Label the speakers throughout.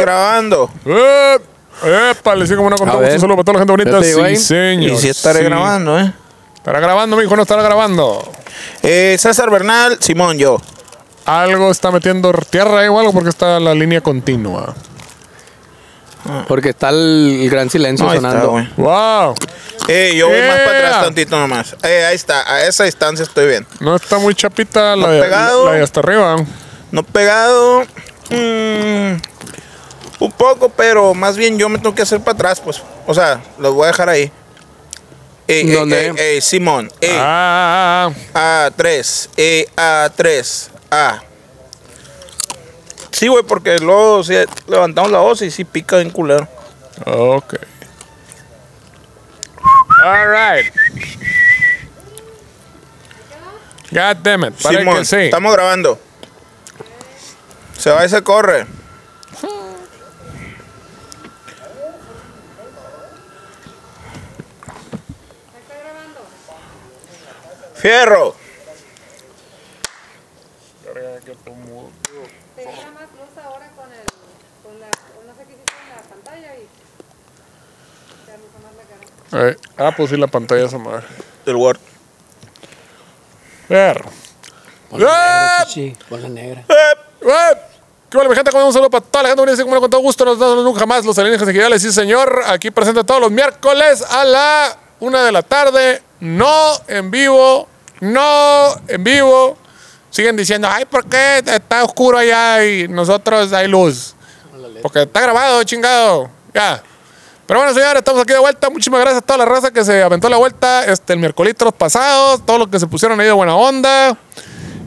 Speaker 1: grabando.
Speaker 2: ¡Eh! ¡Épale! Sí, como no, con
Speaker 3: A
Speaker 2: todo gusto.
Speaker 3: ver.
Speaker 2: Un saludo para toda la gente
Speaker 3: Ya
Speaker 2: bonita.
Speaker 3: te digo ahí.
Speaker 2: Sí, señor.
Speaker 1: ¿eh? Y si estaré
Speaker 2: sí.
Speaker 1: grabando, ¿eh?
Speaker 2: ¿Estará grabando, mijo? ¿No estará grabando?
Speaker 1: Eh, César Bernal, Simón, yo.
Speaker 2: Algo está metiendo tierra ahí o algo porque está la línea continua.
Speaker 3: Porque está el gran silencio
Speaker 1: No, ahí está,
Speaker 3: sonando.
Speaker 1: güey.
Speaker 2: ¡Wow!
Speaker 1: Eh, yo voy más para
Speaker 2: Yeah.
Speaker 1: atrás tantito nomás. Eh, ahí está, a esa distancia estoy bien.
Speaker 2: No está muy chapita la,
Speaker 1: No
Speaker 2: de,
Speaker 1: pegado.
Speaker 2: la de hasta arriba.
Speaker 1: No pegado. mm, un poco, pero más bien yo me tengo que hacer para atrás, pues. O sea, los voy a dejar ahí. Eh, eh,
Speaker 3: ¿Dónde?
Speaker 1: eh, eh, Simón, eh,
Speaker 2: Ah, ah, ah.
Speaker 1: A3, eh, A3, A. Sí, güey, porque luego sí, levantamos la voz y sí pica bien culero.
Speaker 2: ah. Ok. All right. God damn it. Parece
Speaker 1: Simón,
Speaker 2: que sí.
Speaker 1: estamos grabando. Se va y se corre. Fierro.
Speaker 4: Tenía más luz ahora con el, con la, no sé qué hiciste en la pantalla y ya no hizo más la cara.
Speaker 2: Eh, ah, pues sí, la pantalla se mueve.
Speaker 1: Del Word.
Speaker 2: Ver.
Speaker 1: Pues,
Speaker 2: ¡Ah!
Speaker 3: Sí, bola negra.
Speaker 2: ¡Eh! ¿Qué vale, mi gente? Como Un saludo para toda la gente bonita, así como no, con todo gusto. Nos damos nunca jamás los alienígenas ejidales. Sí, señor. Aquí presenta todos los miércoles a la una de la tarde. No en vivo. No en vivo. Siguen diciendo, ay, ¿por qué está oscuro allá y nosotros hay luz? Porque está grabado, chingado. Ya. Pero bueno, señores, estamos aquí de vuelta. Muchísimas gracias a toda la raza que se aventó la vuelta este, el miércoles pasado. Todos los que se pusieron ahí de buena onda.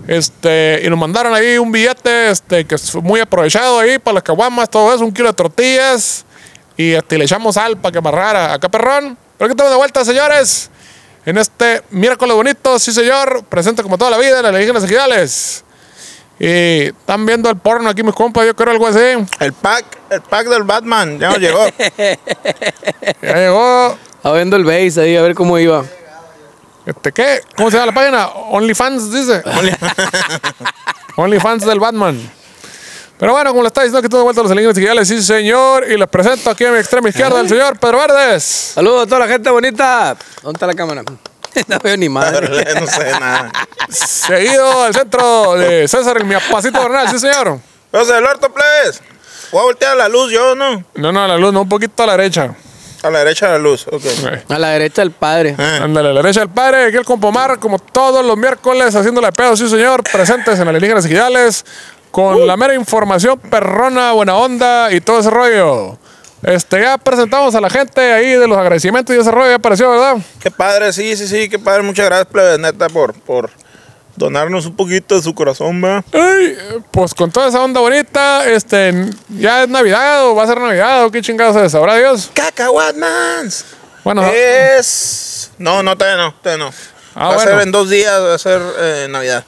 Speaker 2: Este, y nos mandaron ahí un billete este, que es muy aprovechado ahí para las caguamas, todo eso, un kilo de tortillas. Y este, le echamos sal para que amarrara acá, perrón. Pero aquí estamos de vuelta, señores. En este miércoles bonito, sí, señor. Presente como toda la vida, las alienígenas ejidales. Y están viendo el porno aquí, mis compas. Yo creo algo así.
Speaker 1: El pack, el pack del Batman. Ya nos llegó.
Speaker 2: Ya llegó.
Speaker 3: Estaba viendo el base ahí, a ver cómo iba.
Speaker 2: Este, ¿Qué? ¿Cómo se llama la página? OnlyFans, dice. OnlyFans del Batman. Pero bueno, como le está diciendo, que todo de vuelta a los alienígenas digitales, sí, señor. Y les presento aquí a mi extrema izquierda el señor Pedro Verdes.
Speaker 3: Saludos a toda la gente bonita. ¿Dónde está la cámara? No veo ni madre.
Speaker 1: no sé nada.
Speaker 2: Seguido al centro de César, el miapacito Bernal, sí, señor.
Speaker 1: Entonces, el orto, plebes. Voy a voltear a la luz, yo no.
Speaker 2: No, no, a la luz, no, un poquito a la derecha.
Speaker 1: A la derecha de la luz. Ok.
Speaker 2: Eh,
Speaker 3: A la derecha el padre.
Speaker 1: Ah,
Speaker 2: Ándale, a la derecha del padre, aquí el compomar, como todos los miércoles, haciéndole pedo, sí, señor. Presentes en alienígenas digitales, con la mera información perrona, buena onda y todo ese rollo. Este, ya presentamos a la gente ahí de los agradecimientos y ese rollo, ya apareció, ¿verdad?
Speaker 1: Qué padre, sí, sí, sí, qué padre. Muchas gracias, plebes, neta, por, por donarnos un poquito de su corazón, va.
Speaker 2: Ay, eh, pues con toda esa onda bonita, este, ya es Navidad o va a ser Navidad o qué chingados es, sabrá Dios.
Speaker 1: Cacahuatmans.
Speaker 2: Bueno,
Speaker 3: Eh.
Speaker 1: Es. No, no, todavía no, todavía no.
Speaker 2: Ah,
Speaker 1: va a
Speaker 2: bueno.
Speaker 1: ser en dos días, va a ser eh, Navidad.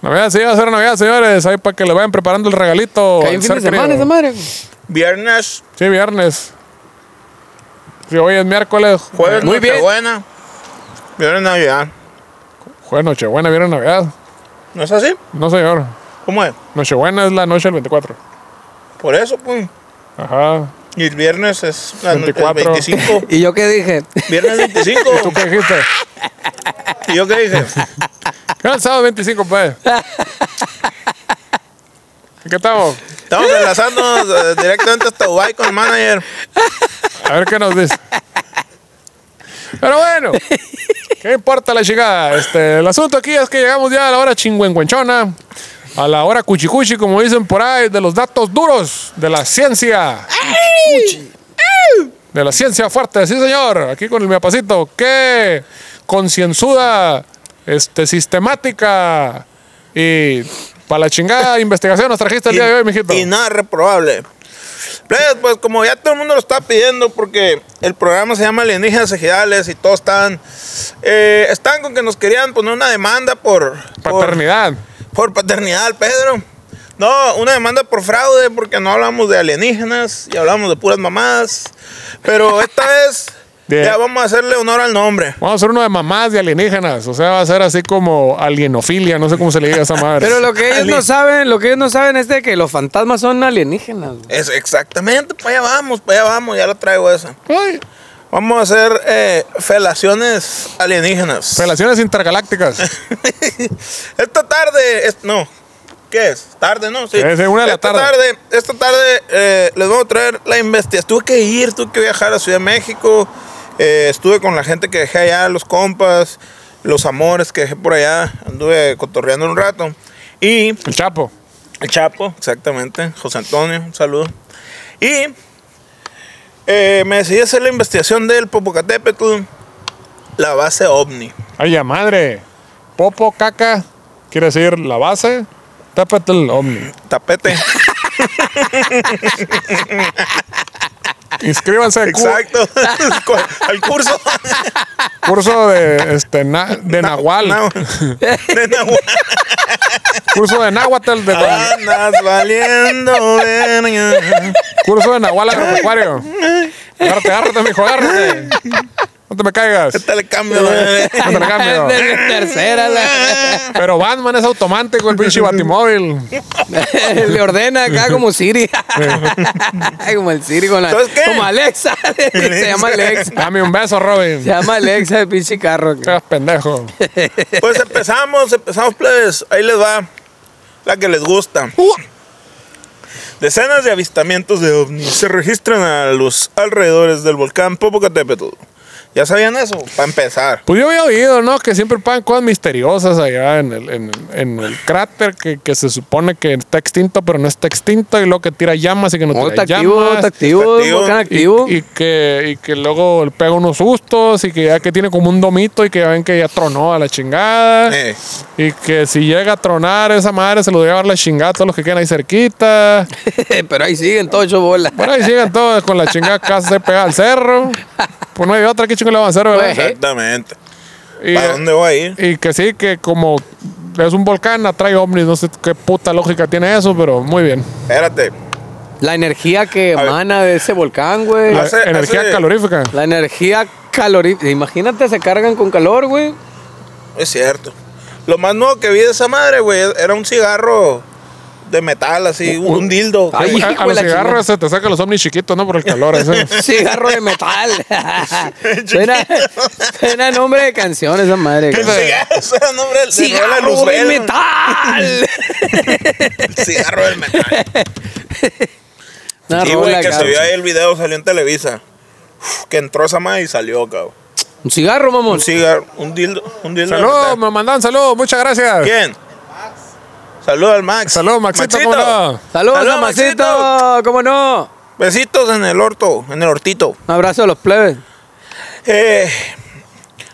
Speaker 2: Navidad sí va a ser Navidad, señores, ahí para que le vayan preparando el regalito.
Speaker 3: Cae en
Speaker 2: al
Speaker 3: fin de
Speaker 2: ser
Speaker 3: semana
Speaker 2: querido.
Speaker 3: esa madre.
Speaker 1: Viernes,
Speaker 2: Sí, viernes. Sí, hoy es miércoles.
Speaker 1: jueves,
Speaker 3: Muy
Speaker 1: Muy
Speaker 3: bien.
Speaker 1: Buena. Viernes, Navidad.
Speaker 2: Jueves Nochebuena, viernes Navidad.
Speaker 1: ¿No es así?
Speaker 2: No, señor.
Speaker 1: ¿Cómo es?
Speaker 2: Nochebuena es la noche del 24.
Speaker 1: Por eso, pues.
Speaker 2: Ajá.
Speaker 1: Y el viernes es la no- el
Speaker 2: 24.
Speaker 1: 25.
Speaker 3: ¿Y yo qué dije?
Speaker 1: Viernes 25.
Speaker 2: ¿Tú qué dijiste?
Speaker 1: ¿Y yo qué dije?
Speaker 2: ¿Qué era el sábado 25, pues? ¿En ¿Qué estamos?
Speaker 1: Estamos enlazándonos eh, directamente hasta Dubai con el manager.
Speaker 2: A ver qué nos dice. Pero bueno, ¿qué importa la chingada? Este, el asunto aquí es que llegamos ya a la hora chingüengüenchona, a la hora cuchicuchi, como dicen por ahí, de los datos duros de la ciencia. De la ciencia fuerte, sí señor, aquí con el miapacito. Qué concienzuda, este, sistemática y para la chingada investigación nos trajiste el día de hoy, mijito.
Speaker 1: y nada reprobable. Plebes, pues como ya todo el mundo lo está pidiendo, porque el programa se llama Alienígenas Ejidales y todos están, eh, están con que nos querían poner una demanda por por,
Speaker 2: Paternidad.
Speaker 1: por paternidad al Pedro. No, una demanda por fraude, porque no hablamos de alienígenas y hablamos de puras mamadas. Pero esta vez
Speaker 2: De-
Speaker 1: Ya vamos a hacerle honor al nombre.
Speaker 2: Vamos a hacer uno de mamás de alienígenas. O sea, va a ser así como alienofilia. No sé cómo se le diga a esa madre.
Speaker 3: Pero lo que ellos no saben, lo que ellos no saben es de que los fantasmas son alienígenas. güey.
Speaker 1: Es exactamente, para allá vamos, para allá vamos, ya la traigo esa.
Speaker 2: Ay,
Speaker 1: Vamos a hacer eh, felaciones alienígenas.
Speaker 2: relaciones intergalácticas.
Speaker 1: Esta tarde, es- no, ¿qué es? Tarde, ¿no? Sí.
Speaker 2: Es de una de la
Speaker 1: esta
Speaker 2: tarde.
Speaker 1: Esta tarde eh, les vamos a traer la investigación. Tuve que ir, tuve que viajar a Ciudad de México. Eh, estuve con la gente que dejé allá, los compas, los amores que dejé por allá. Anduve cotorreando un rato. Y
Speaker 2: El Chapo.
Speaker 1: el Chapo, exactamente. José Antonio, un saludo. Y eh, me decidí hacer la investigación del Popocatépetl, la base OVNI.
Speaker 2: Ay, ya madre. Popo, caca. Quiere decir la base. Tápate el ovni.
Speaker 1: Tapete.
Speaker 2: Inscríbanse al cu-
Speaker 1: Exacto. Al curso.
Speaker 2: curso de, este, na- de Nahual.
Speaker 1: No. De Nahual.
Speaker 2: Curso de Nahuatl. de-
Speaker 1: Ah. Andas valiendo verga.
Speaker 2: curso de Nahual agropecuario. Agárrate, agárrate, mijo, agárrate. No te me caigas.
Speaker 1: Este le cambio. güey.
Speaker 2: No te me
Speaker 1: Ah,
Speaker 2: cambio.
Speaker 3: Desde tercera la-
Speaker 2: Pero Batman es automático, el pinche batimóvil.
Speaker 3: le ordena acá como Siri. como el Siri con la
Speaker 1: ¿Sabes qué?
Speaker 3: como Alexa. se llama Alexa.
Speaker 2: Dame un beso, Robin.
Speaker 3: Se llama Alexa el pinche carro.
Speaker 2: Seas pendejo.
Speaker 1: Pues empezamos, empezamos, plebes. Ahí les va. La que les gusta. Decenas de avistamientos de ovnis se registran a los alrededores del volcán Popocatépetl. ¿Ya sabían eso? Para empezar.
Speaker 2: Pues yo había oído, ¿no? Que siempre pagan cosas misteriosas allá en el, en, en el cráter que, que se supone que está extinto, pero no está extinto, y luego que tira llamas y que no
Speaker 3: Oh,
Speaker 2: tira
Speaker 3: está activo,
Speaker 2: llamas.
Speaker 3: está activo,
Speaker 1: activo.
Speaker 3: volcán
Speaker 1: Y-
Speaker 3: activo.
Speaker 2: Y, y que, y que luego le pega unos sustos y que ya que tiene como un domito y que ya ven que ya tronó a la chingada.
Speaker 1: Eh,
Speaker 2: Y que si llega a tronar esa madre se lo debe a dar la chingada a todos los que quedan ahí cerquita.
Speaker 3: Pero ahí siguen todos hecho bolas.
Speaker 2: Bueno, ahí siguen todos con la chingada casa se pega al cerro. Pues no hay otra, que chingo le van a hacer, ¿verdad?
Speaker 1: exactamente.
Speaker 2: Y,
Speaker 1: ¿Para dónde voy a ir?
Speaker 2: y que sí, que como es un volcán, atrae ovnis. No sé qué puta lógica tiene eso, pero muy bien.
Speaker 1: Espérate.
Speaker 3: La energía que
Speaker 1: ver.
Speaker 3: emana de ese volcán, güey.
Speaker 1: A ver. Hace-
Speaker 2: Energía
Speaker 1: hace-
Speaker 2: calorífica.
Speaker 3: La energía calorífica. Imagínate, se cargan con calor, güey.
Speaker 1: Es cierto. Lo más nuevo que vi de esa madre, güey, era un cigarro de metal, así, un, un dildo.
Speaker 3: Ay,
Speaker 2: a,
Speaker 3: hijo
Speaker 2: a
Speaker 3: de
Speaker 2: los
Speaker 3: la chingada.
Speaker 2: cigarros se te sacan los ovnis chiquitos, ¿no? Por el calor. ese.
Speaker 3: Cigarro de metal. suena, suena nombre de canción esa madre. güey.
Speaker 1: Cigarro, o sea, no, hombre, de Lola
Speaker 3: Cigarro de
Speaker 1: Luzbel,
Speaker 3: metal.
Speaker 1: el Cigarro del metal.
Speaker 3: Una
Speaker 1: Y,
Speaker 3: rola
Speaker 1: güey, que
Speaker 3: acá.
Speaker 1: se vio ahí el video, salió en Televisa. Uf, que entró esa madre y salió, cabrón.
Speaker 3: Un cigarro, mamón.
Speaker 1: Un cigarro, un dildo, un dildo. de
Speaker 2: Saludos,
Speaker 1: metal.
Speaker 2: me mandan saludos, muchas gracias.
Speaker 1: ¿Quién? Saludos al Max.
Speaker 2: Saludos, Maxito, ¿cómo no?
Speaker 3: Saludos,
Speaker 1: Saludos,
Speaker 3: a Maxito. ¿Cómo no?
Speaker 1: Besitos en el orto, en el hortito.
Speaker 3: Un abrazo a los plebes.
Speaker 1: Eh,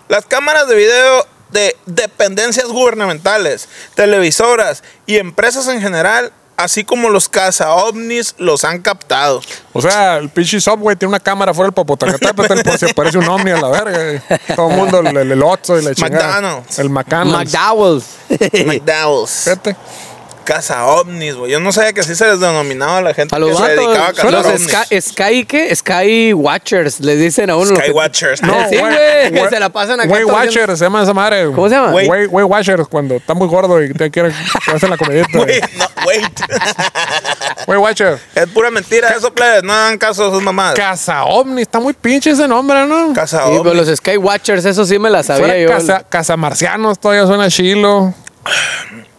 Speaker 1: las cámaras de video de dependencias gubernamentales, televisoras y empresas en general, así como los caza ovnis, los han captado.
Speaker 2: O sea, el pinche Subway tiene una cámara fuera del Popocatépetl por si aparece un ovni a la verga. Todo el mundo, el, el, el Otso y la chingada.
Speaker 1: McDonald's.
Speaker 2: El McDonald's.
Speaker 3: McDowell's.
Speaker 1: McDowell's.
Speaker 2: Fíjate.
Speaker 1: Caza ovnis, güey. Yo no sabía que así se les denominaba a la gente
Speaker 3: A los
Speaker 1: que se dedicaba a
Speaker 3: vatos.
Speaker 1: cazar
Speaker 3: Los
Speaker 1: ovnis.
Speaker 3: Sky, Sky, ¿qué? Sky Watchers. Les dicen a uno. los que-
Speaker 1: Sky Watchers.
Speaker 3: No. Sí,
Speaker 2: güey,
Speaker 3: güey, que
Speaker 2: güey,
Speaker 3: se la pasan acá
Speaker 2: Güey
Speaker 3: todo
Speaker 2: Watchers,
Speaker 3: haciendo-
Speaker 2: se llama esa madre.
Speaker 3: ¿Cómo se llama?
Speaker 1: Güey.
Speaker 2: Güey, güey Watchers, cuando está muy gordo y te quieren te hacen la comidita.
Speaker 1: Güey, no, wait.
Speaker 2: Güey Watcher.
Speaker 1: es pura mentira eso, plebes. No hagan caso a sus mamás.
Speaker 2: Casa Omni, está muy pinche ese nombre, ¿no?
Speaker 1: Caza
Speaker 3: Sí, pero
Speaker 1: ovnis.
Speaker 3: los Sky Watchers, eso sí me la
Speaker 2: Fuera
Speaker 3: sabía yo.
Speaker 2: casa, casa Marcianos todavía suena chilo.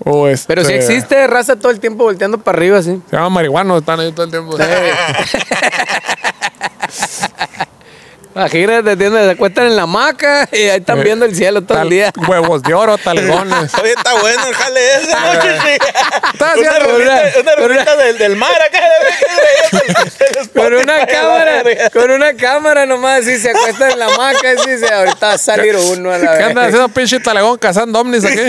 Speaker 2: O este,
Speaker 3: Pero sí existe raza todo el tiempo volteando para arriba, sí.
Speaker 2: Se llama marihuano, están ahí todo el tiempo.
Speaker 3: Imagínate, tienen, se acuestan en la hamaca y ahí están
Speaker 2: Eh,
Speaker 3: viendo el cielo todo el
Speaker 2: Tal-
Speaker 3: día.
Speaker 2: Huevos de oro, talegones.
Speaker 1: Oye, está bueno el jale ese, ¿no, chichi?
Speaker 2: Está
Speaker 1: Una
Speaker 2: haciendo-
Speaker 1: rolita, una
Speaker 3: pero-
Speaker 1: rolita del, del mar acá.
Speaker 3: Con una cámara, con una cámara nomás, sí, se acuestan en la hamaca, sí, se, ahorita va a salir uno a la
Speaker 2: ¿Qué andan
Speaker 3: vez.
Speaker 2: haciendo pinche talegón cazando ovnis aquí?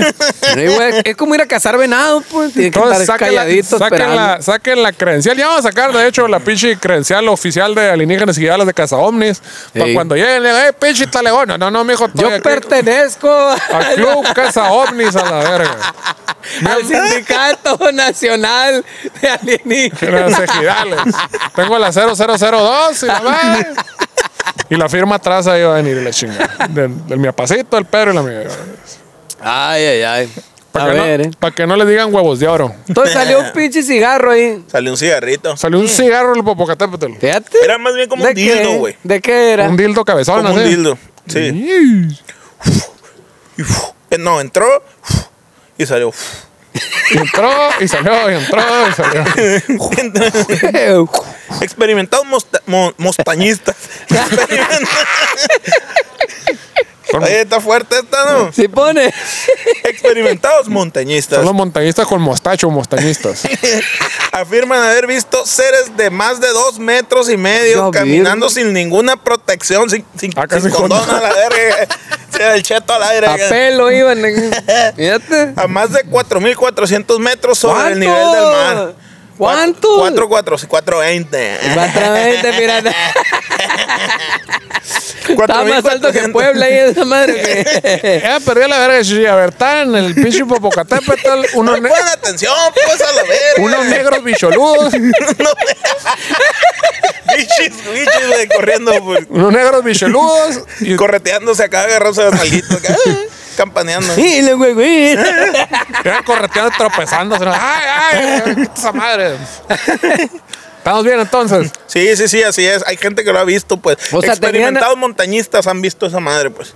Speaker 3: Sí, güey, es como ir a cazar venado, pues, tienen que
Speaker 2: Entonces
Speaker 3: estar
Speaker 2: saquen la,
Speaker 3: calladitos
Speaker 2: saquen,
Speaker 3: esperando.
Speaker 2: la, saquen la credencial. Ya vamos a sacar, de hecho, la pinche credencial oficial de alienígenas y guiadas de Casa Omnis. Para
Speaker 3: Sí.
Speaker 2: cuando lleguen, le digan, eh, pinche talegón. No, no, mijo, estoy
Speaker 3: Yo
Speaker 2: aquí
Speaker 3: pertenezco
Speaker 2: Al club Casa Omnis a la verga.
Speaker 3: al Sindicato Nacional de Alienígenas.
Speaker 2: Las ejidales. Tengo la 0002 y la madre. Y la firma atrás ahí va a venir la chingada. Del, del mi apacito, el Pedro y la mía.
Speaker 3: Ay, ay, ay. A
Speaker 2: Para que,
Speaker 3: ver,
Speaker 2: no,
Speaker 3: eh.
Speaker 2: pa' que no le digan huevos de oro.
Speaker 3: Entonces salió un pinche cigarro ahí.
Speaker 1: Salió un cigarrito.
Speaker 2: Salió un cigarro del Popocatépetl.
Speaker 3: Fíjate.
Speaker 1: Era más bien como un
Speaker 3: ¿De qué?
Speaker 1: dildo, güey.
Speaker 3: ¿De qué era?
Speaker 2: Un dildo cabezón,
Speaker 1: Como un
Speaker 2: así.
Speaker 1: dildo. Sí.
Speaker 2: Y-
Speaker 1: Y, uf, no, entró uf, y salió. uf.
Speaker 2: y entró y salió, y entró y salió.
Speaker 1: Experimentados mosta- mo- mostañistas. Oye, está fuerte esta, ¿no?
Speaker 3: Si pone.
Speaker 1: Experimentados montañistas
Speaker 2: Son los montañistas con mostacho, montañistas.
Speaker 1: afirman haber visto seres de más de dos metros y medio
Speaker 3: Ya
Speaker 1: caminando sin ninguna protección, sin, sin,
Speaker 2: Ah, casi
Speaker 1: sin condón
Speaker 2: con-
Speaker 1: a la verga. Sí, el cheto al aire.
Speaker 3: A pelo iban. Fíjate.
Speaker 1: A más de 4.400 metros sobre el
Speaker 3: ¿Cuánto?
Speaker 1: nivel del mar.
Speaker 3: ¿Cuánto?
Speaker 1: 4.400, 4.20.
Speaker 3: Otra vez, te pirata. Está más alto que
Speaker 1: 4.400.
Speaker 3: Puebla ahí esa madre. que-
Speaker 2: Ya Eh, perdí la verga de Chichiabertán, en el pinche Popocatépetl, unos, ne-
Speaker 1: Pon atención, pues a la verga.
Speaker 2: unos negros bicholudos,
Speaker 1: Bichis, bichis, güey, corriendo, pues,
Speaker 2: unos negros bicholudos. Y
Speaker 1: correteándose acá, agarrándose los malditos, acá, campaneando.
Speaker 3: Y le güey, güey.
Speaker 2: eran correteando, tropezando. ¡Ay, ay! ay, ¡Esa madre! ¿Estamos bien entonces?
Speaker 1: Sí, sí, sí, así es. Hay gente que lo ha visto, pues.
Speaker 3: O sea,
Speaker 1: Experimentados montañistas han visto esa madre, pues.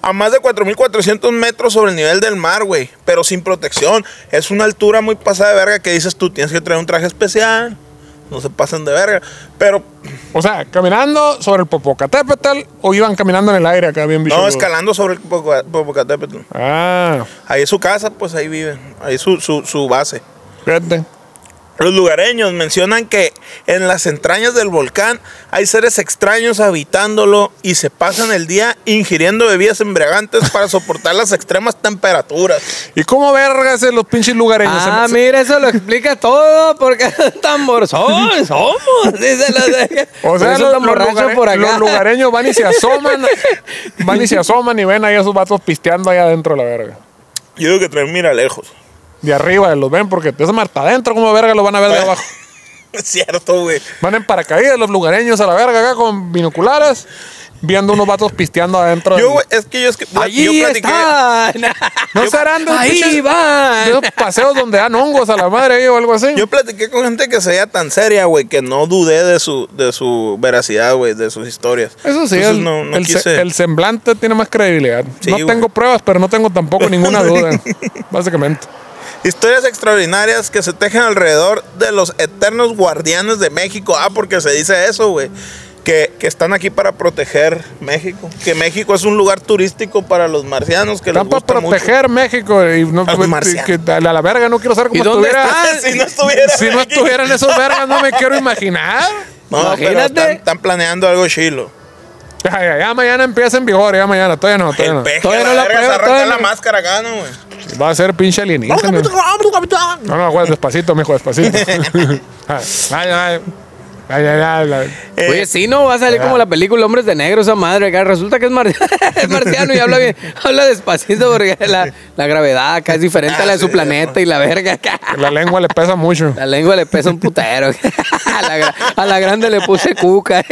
Speaker 1: A más de 4.400 metros sobre el nivel del mar, güey. Pero sin protección. Es una altura muy pasada de verga que dices tú, tienes que traer un traje especial. No se pasen de verga. Pero
Speaker 2: O sea, caminando sobre el Popocatépetl o iban caminando en el aire acá bien
Speaker 1: no,
Speaker 2: bicholudos.
Speaker 1: escalando sobre el Popoca- Popocatépetl.
Speaker 2: Ah,
Speaker 1: Ahí es su casa, pues ahí viven. Ahí es su, su, su base.
Speaker 2: fíjate.
Speaker 1: Los lugareños mencionan que en las entrañas del volcán hay seres extraños habitándolo y se pasan el día ingiriendo bebidas embriagantes para soportar las extremas temperaturas.
Speaker 2: ¿Y cómo vergas en los pinches lugareños?
Speaker 3: Ah,
Speaker 2: Se me-
Speaker 3: mira, eso lo explica todo, porque tan morzón somos. Dice la
Speaker 2: O sea,
Speaker 3: pues eso
Speaker 2: los,
Speaker 3: tan
Speaker 2: los
Speaker 3: borracho
Speaker 2: lugare-
Speaker 3: por
Speaker 2: los
Speaker 3: acá.
Speaker 2: lugareños van y se asoman, van y se asoman y ven ahí a esos vatos pisteando ahí adentro la verga.
Speaker 1: Yo digo que traen mira lejos.
Speaker 2: De arriba los ven porque te hacen para adentro, como verga lo van a ver de abajo.
Speaker 1: Es cierto, güey.
Speaker 2: Van en paracaídas los lugareños a la verga acá con binoculares, viendo unos vatos pisteando adentro.
Speaker 1: Yo,
Speaker 2: del-
Speaker 1: güey, es que yo es que.
Speaker 3: Allí
Speaker 1: yo
Speaker 3: está.
Speaker 2: no serán de un
Speaker 3: Ahí
Speaker 2: pinche-
Speaker 3: va.
Speaker 2: de esos paseos donde dan hongos a la madre ahí o algo así.
Speaker 1: Yo platiqué con gente que se veía tan seria, güey, que no dudé de su, de su veracidad, güey, de sus historias.
Speaker 2: Eso sí,
Speaker 1: Entonces,
Speaker 2: el,
Speaker 1: no, no
Speaker 2: el se-
Speaker 1: quise-
Speaker 2: el semblante tiene más credibilidad.
Speaker 1: Sí,
Speaker 2: no
Speaker 1: güey.
Speaker 2: tengo pruebas, pero no tengo tampoco ninguna duda, básicamente.
Speaker 1: Historias extraordinarias que se tejen alrededor de los eternos guardianes de México. Ah, porque se dice eso, güey. Que, que están aquí para proteger México. Que México es un lugar turístico para los marcianos que les
Speaker 2: Están para
Speaker 1: gusta
Speaker 2: proteger México y no,
Speaker 1: A los marcianos.
Speaker 2: que a la verga no quiero ser como
Speaker 3: dónde
Speaker 2: estuviera. Ah,
Speaker 1: mucho. Ah, si no estuvieran
Speaker 2: Si no
Speaker 1: aquí.
Speaker 2: estuvieran esos vergas, no me quiero imaginar.
Speaker 1: No, pero
Speaker 3: Imagínate.
Speaker 1: están, están planeando algo chilo.
Speaker 2: Ya, ya, ya mañana empieza en vigor, ya mañana, todavía no,
Speaker 1: El
Speaker 2: todavía
Speaker 1: peje,
Speaker 3: Todavía
Speaker 1: la
Speaker 3: no la
Speaker 1: verga,
Speaker 3: prueba,
Speaker 1: se arranca
Speaker 3: todavía
Speaker 1: la
Speaker 3: no.
Speaker 1: máscara acá, ¿no, güey?
Speaker 2: no. Va a ser pinche alienígena. No, no, güey, despacito, mijo, despacito. ay, ay, ay. Ay, ay, ay, ay.
Speaker 1: Eh,
Speaker 3: Oye, sí, no, va a salir como la película Hombres de Negro, esa madre. acá. Resulta que es, mar- es marciano y habla bien, habla despacito porque la, la gravedad acá es diferente a la de su planeta y la verga acá.
Speaker 2: La lengua le pesa mucho.
Speaker 3: La lengua le pesa un putero. A la, gra- a la grande le puse cuca.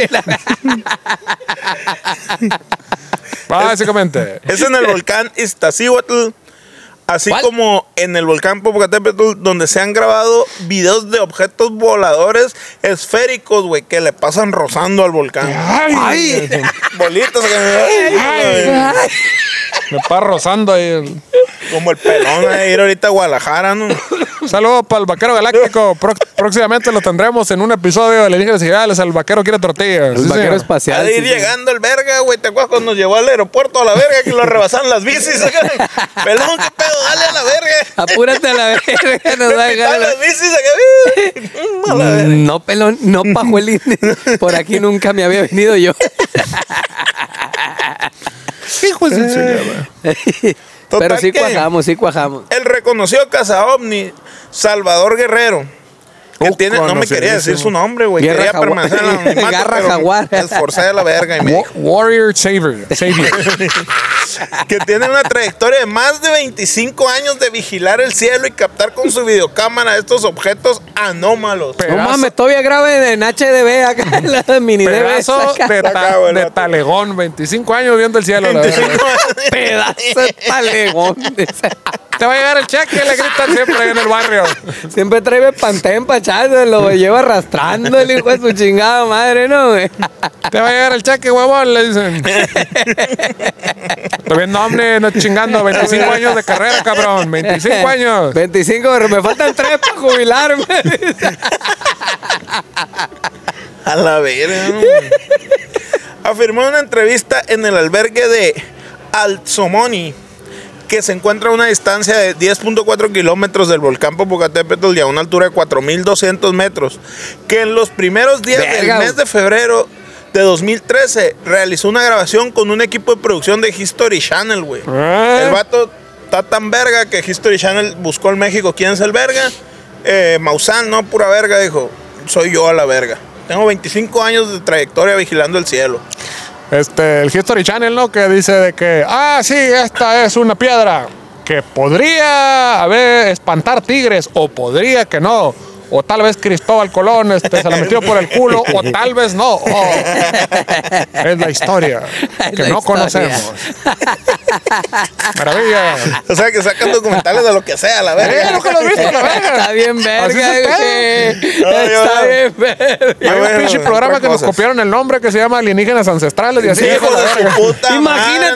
Speaker 2: Básicamente.
Speaker 1: Es en el volcán Iztaccíhuatl, así
Speaker 3: ¿Cuál?
Speaker 1: como en el volcán Popocatépetl, donde se han grabado videos de objetos voladores esféricos, güey, que le pasan rozando al volcán.
Speaker 2: Ay,
Speaker 3: Ay.
Speaker 1: Bolitas, que- ay, güey,
Speaker 2: me está rozando ahí. el-
Speaker 1: como el pelón de ir ahorita a Guadalajara, ¿no?
Speaker 2: Un saludo para el vaquero galáctico. Pro- próximamente lo tendremos en un episodio de Alienígenas Ideales. El vaquero quiere tortillas.
Speaker 3: El
Speaker 2: Sí,
Speaker 3: vaquero
Speaker 2: señor.
Speaker 1: Ha
Speaker 3: espacial.
Speaker 1: de ir
Speaker 3: sí, sí.
Speaker 1: llegando el verga, güey. ¿Te acuerdas cuando nos llevó al aeropuerto a la verga que lo rebasaron las bicis? acá? pelón, qué pedo, dale a la verga.
Speaker 3: Apúrate a la verga. Nos va a dejar
Speaker 1: Dale Mm.
Speaker 3: la-
Speaker 1: las bicis acá. A la verga.
Speaker 3: No, pelón, no pajuelín. Por aquí nunca me había venido yo.
Speaker 2: Hijo de su chingada.
Speaker 1: Total
Speaker 3: Pero sí
Speaker 1: que-
Speaker 3: cuajamos, sí cuajamos.
Speaker 1: El reconocido caza ovni Salvador Guerrero que
Speaker 2: Uh,
Speaker 1: tiene, no me quería decir su nombre, güey.
Speaker 3: Guerra
Speaker 1: Quería
Speaker 3: jaguar.
Speaker 1: permanecer en el anonimato,
Speaker 3: Garra
Speaker 1: pero
Speaker 3: jaguar.
Speaker 1: me Esforcé de la verga y me
Speaker 2: Wa-
Speaker 1: dijo
Speaker 2: Warrior Savior. Savior.
Speaker 1: que tiene una trayectoria de más de 25 años de vigilar el cielo y captar con su videocámara estos objetos anómalos.
Speaker 2: Pe-
Speaker 3: No
Speaker 2: Pedazo.
Speaker 3: mames, todavía grave en HDB acá en la mini DV.
Speaker 2: Pedazo
Speaker 3: saca.
Speaker 2: de,
Speaker 1: Está
Speaker 2: ta-
Speaker 1: acá, güey,
Speaker 2: de
Speaker 1: vato.
Speaker 2: talegón, 25 años viendo el cielo. la verdad.
Speaker 1: 25 años.
Speaker 3: Pedazo de talegón.
Speaker 2: Te va a llegar el cheque, le gritan siempre ahí en el barrio.
Speaker 3: Siempre trae pantén pachado, lo lleva arrastrando el hijo de su chingada madre, ¿no, güey?
Speaker 2: Te va a llegar el cheque, huevón, le dicen. Estoy viendo hombre, no chingando, 25 años de carrera, cabrón, 25 años.
Speaker 3: 25, pero me faltan 3 para jubilarme.
Speaker 1: A la verga. ¿no? Afirmó en una entrevista en el albergue de Alzomoni, que se encuentra a una distancia de 10.4 kilómetros del volcán Popocatépetl y a una altura de 4.200 metros, que en los primeros días
Speaker 3: Verga,
Speaker 1: del mes de febrero de 2013 realizó una grabación con un equipo de producción de History Channel, güey.
Speaker 2: Ah.
Speaker 1: El vato está tan verga que History Channel buscó en México quién es el verga. Eh, Maussan, no, pura verga, dijo. Soy yo a la verga. Tengo 25 años de trayectoria vigilando el cielo.
Speaker 2: Este, el History Channel, ¿no? Que dice de que, ah, sí, esta es una piedra que podría, a ver, espantar tigres o podría que no. O tal vez Cristóbal Colón este, se la metió por el culo o tal vez no. Oh. Es la historia que
Speaker 3: La
Speaker 2: no
Speaker 3: historia.
Speaker 2: conocemos. Maravilla.
Speaker 1: O sea, que sacan documentales de lo que sea, a la
Speaker 2: Eh,
Speaker 1: verga.
Speaker 2: nunca lo he visto, la verga.
Speaker 3: Está bien
Speaker 2: Así
Speaker 3: verga,
Speaker 2: es el
Speaker 3: güey.
Speaker 1: pedo. No, yo
Speaker 3: Está
Speaker 1: no.
Speaker 3: bien verga.
Speaker 1: Yo
Speaker 2: Hay un
Speaker 1: veo
Speaker 2: pinche programa
Speaker 1: otras
Speaker 2: que nos
Speaker 1: cosas.
Speaker 2: copiaron el nombre que se llama Alienígenas Ancestrales y así.
Speaker 1: Hijo
Speaker 2: hijo de la
Speaker 1: de
Speaker 2: verga.
Speaker 1: su puta
Speaker 3: Imagínate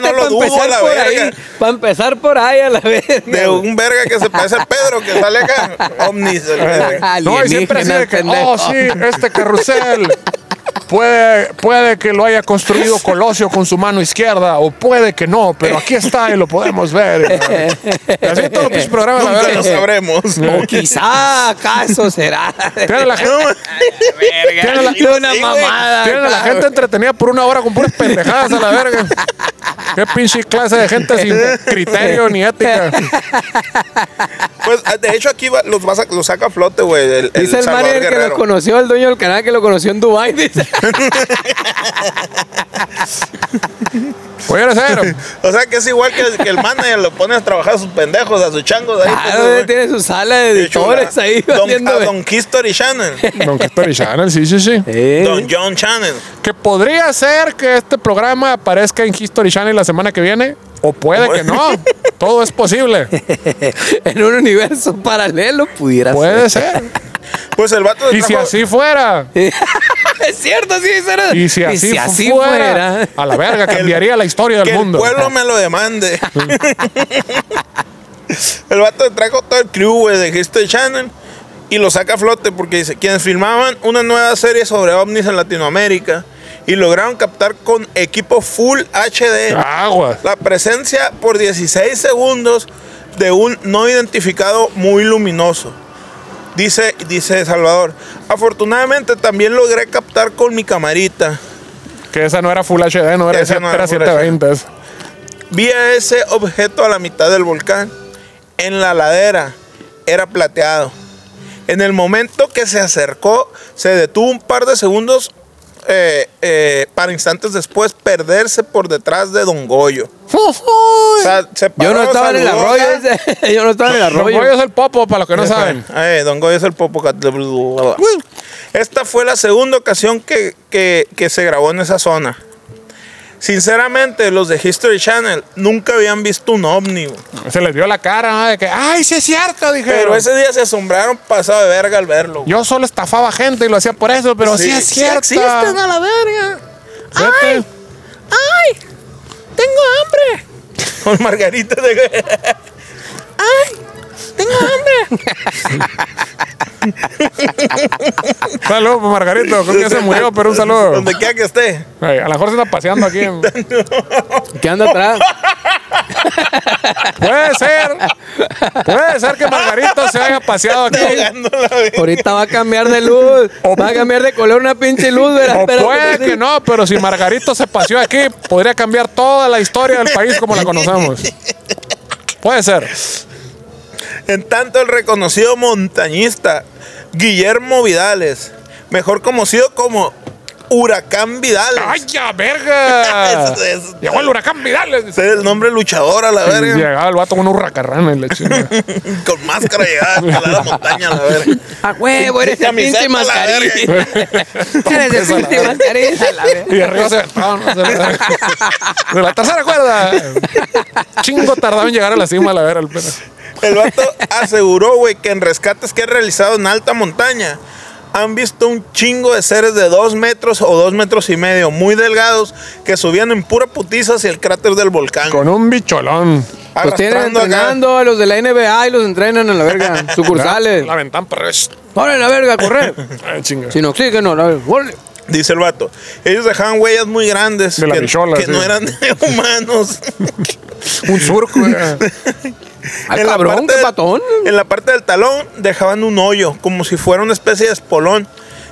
Speaker 1: madre, no lo
Speaker 3: para
Speaker 1: dudo a
Speaker 3: empezar
Speaker 1: la
Speaker 3: por ahí.
Speaker 1: verga.
Speaker 3: Para empezar por ahí a la verga.
Speaker 1: De
Speaker 3: güey.
Speaker 1: un verga que se parece al Pedro, que sale acá. Omnis. el verga.
Speaker 2: No, y siempre así de que,
Speaker 3: pendejo.
Speaker 2: oh, sí, este carrusel puede, puede que lo haya construido Colosio con su mano izquierda o puede que no, pero aquí está y lo podemos ver. Y así todos los pinches programas, la
Speaker 1: Nunca
Speaker 2: verga.
Speaker 1: lo sabremos.
Speaker 3: O quizá acaso será.
Speaker 2: Tienen a la gente, tienen a la-
Speaker 3: De una
Speaker 1: Sí, güey.
Speaker 3: mamada.
Speaker 2: tienen a la
Speaker 3: claro.
Speaker 2: gente entretenida por una hora con puras pendejadas a la verga. Qué pinche clase de gente sin criterio ni ética.
Speaker 1: Pues, de hecho, aquí va- los, vas a- los saca a flote, güey. El, el
Speaker 3: Dice el
Speaker 1: Salvador
Speaker 3: manager que
Speaker 1: Guerrero.
Speaker 3: lo conoció, el dueño del canal que lo conoció en Dubai. Dice,
Speaker 2: Oye, no sé,
Speaker 1: O sea, que es igual que el, que el manager lo pone a trabajar a sus pendejos, a sus changos ahí. pues,
Speaker 3: claro,
Speaker 1: güey.
Speaker 3: Ah, tiene su sala de
Speaker 1: Qué chula.
Speaker 3: editores ahí.
Speaker 1: Don,
Speaker 3: haciendo-
Speaker 1: a Don History Channel.
Speaker 2: Don History Channel, sí, sí, sí.
Speaker 3: Eh,
Speaker 1: Don John Channel.
Speaker 2: Que podría ser que este programa aparezca en History Channel la semana que viene, o puede que no. Todo es posible.
Speaker 3: en un universo paralelo pudiera
Speaker 2: Puede ser.
Speaker 1: Pues el vato de
Speaker 2: Y si así fuera,
Speaker 3: es cierto, sí, será.
Speaker 2: y si así, fuera, a la verga, cambiaría la historia
Speaker 1: que
Speaker 2: del mundo.
Speaker 1: el pueblo me lo demande. el vato trajo todo el crew, güey, de History Channel. Y lo saca a flote porque dice, quienes filmaban una nueva serie sobre ovnis en Latinoamérica y lograron captar con equipo Full HD
Speaker 2: Ah, Aguas.
Speaker 1: la presencia por 16 segundos de un no identificado muy luminoso. Dice, dice Salvador, afortunadamente también logré captar con mi camarita.
Speaker 2: Que esa no era Full HD, no era,
Speaker 1: Esa no era
Speaker 2: era
Speaker 1: Full
Speaker 2: 720.
Speaker 1: Vi a ese objeto a la mitad del volcán. En la ladera era plateado. En el momento que se acercó, se detuvo un par de segundos eh, eh, para instantes después perderse por detrás de Don Goyo. O sea, se
Speaker 3: Yo no
Speaker 1: paró,
Speaker 3: estaba en el
Speaker 1: saludó,
Speaker 3: arroyo.
Speaker 1: ¿verdad?
Speaker 3: dice. Yo no estaba en el
Speaker 2: Los
Speaker 3: arroyo.
Speaker 2: es el popo, para los que no saben.
Speaker 1: Eh, don Goyo es el Popocatépetl. Esta fue la segunda ocasión que, que- que se grabó en esa zona. Sinceramente, los de History Channel nunca habían visto un ovni. güey.
Speaker 2: Se les vio la cara, ¿no? De que, ay, sí es cierto, dijeron.
Speaker 1: Pero ese día se asombraron pasado de verga al verlo. güey.
Speaker 2: Yo solo estafaba gente y lo hacía por eso, pero sí,
Speaker 1: Sí,
Speaker 2: es
Speaker 1: sí
Speaker 2: cierto.
Speaker 1: existen, a
Speaker 2: la verga. ¡Ay! ¡Ay! ¡Tengo hambre!
Speaker 1: Con Margarita de...
Speaker 2: Saludos, pues, Margarito. Creo que ya se murió, pero un saludo.
Speaker 1: Donde quiera que esté.
Speaker 2: Ay, a lo mejor se está paseando aquí. en-
Speaker 3: ¿Qué anda atrás?
Speaker 2: Puede ser. Puede ser que Margarito se haya paseado aquí.
Speaker 3: Ahorita va a cambiar de luz.
Speaker 2: O-
Speaker 3: va a cambiar de color una pinche luz. verás,
Speaker 2: O
Speaker 3: espérate,
Speaker 2: puede
Speaker 3: sí.
Speaker 2: que no, pero si Margarito se paseó aquí, podría cambiar toda la historia del país como la conocemos. Puede ser.
Speaker 1: En tanto, el reconocido montañista Guillermo Vidales, mejor conocido como Huracán Vidales.
Speaker 2: ¡Ay, ya, verga!
Speaker 1: Eso es-
Speaker 2: Llegó el huracán Vidal.
Speaker 1: Ese es el nombre luchador a la verga.
Speaker 2: Llegaba el vato con un hurracarrana y la chingada.
Speaker 1: Con máscara llegada a la montaña a la verga.
Speaker 3: A huevo, eres el
Speaker 1: Camiseta
Speaker 3: pinche
Speaker 1: a la
Speaker 3: mascarilla.
Speaker 1: verga.
Speaker 3: Eres el pinche mascarilla. la verga.
Speaker 2: Y arriba se aventaban, ¿no? De la tercera cuerda. Chingo tardaba en llegar a la cima, la verga. el perro.
Speaker 1: El vato aseguró, güey, que en rescates que ha realizado en alta montaña han visto un chingo de seres de dos metros o dos metros y medio, muy delgados, que subían en pura putiza hacia el cráter del volcán.
Speaker 2: Con un bicholón.
Speaker 3: Los tienen
Speaker 1: arrastrando acá.
Speaker 3: entrenando a los de la NBA y los entrenan a la verga.
Speaker 1: Pues
Speaker 3: Sucursales.
Speaker 2: La ventana para
Speaker 3: Órale, la verga, a correr.
Speaker 2: Chinga.
Speaker 3: Sin oxígeno, la verga. órale.
Speaker 1: Dice el vato. Ellos dejaban huellas muy grandes
Speaker 2: De la
Speaker 1: que,
Speaker 2: bichola,
Speaker 1: que
Speaker 2: sí.
Speaker 1: no eran de humanos.
Speaker 2: Un surco. eh.
Speaker 3: Ay, Ah, cabrón, qué
Speaker 1: del-
Speaker 3: patón.
Speaker 1: en la parte del talón dejaban un hoyo, como si fuera una especie de espolón,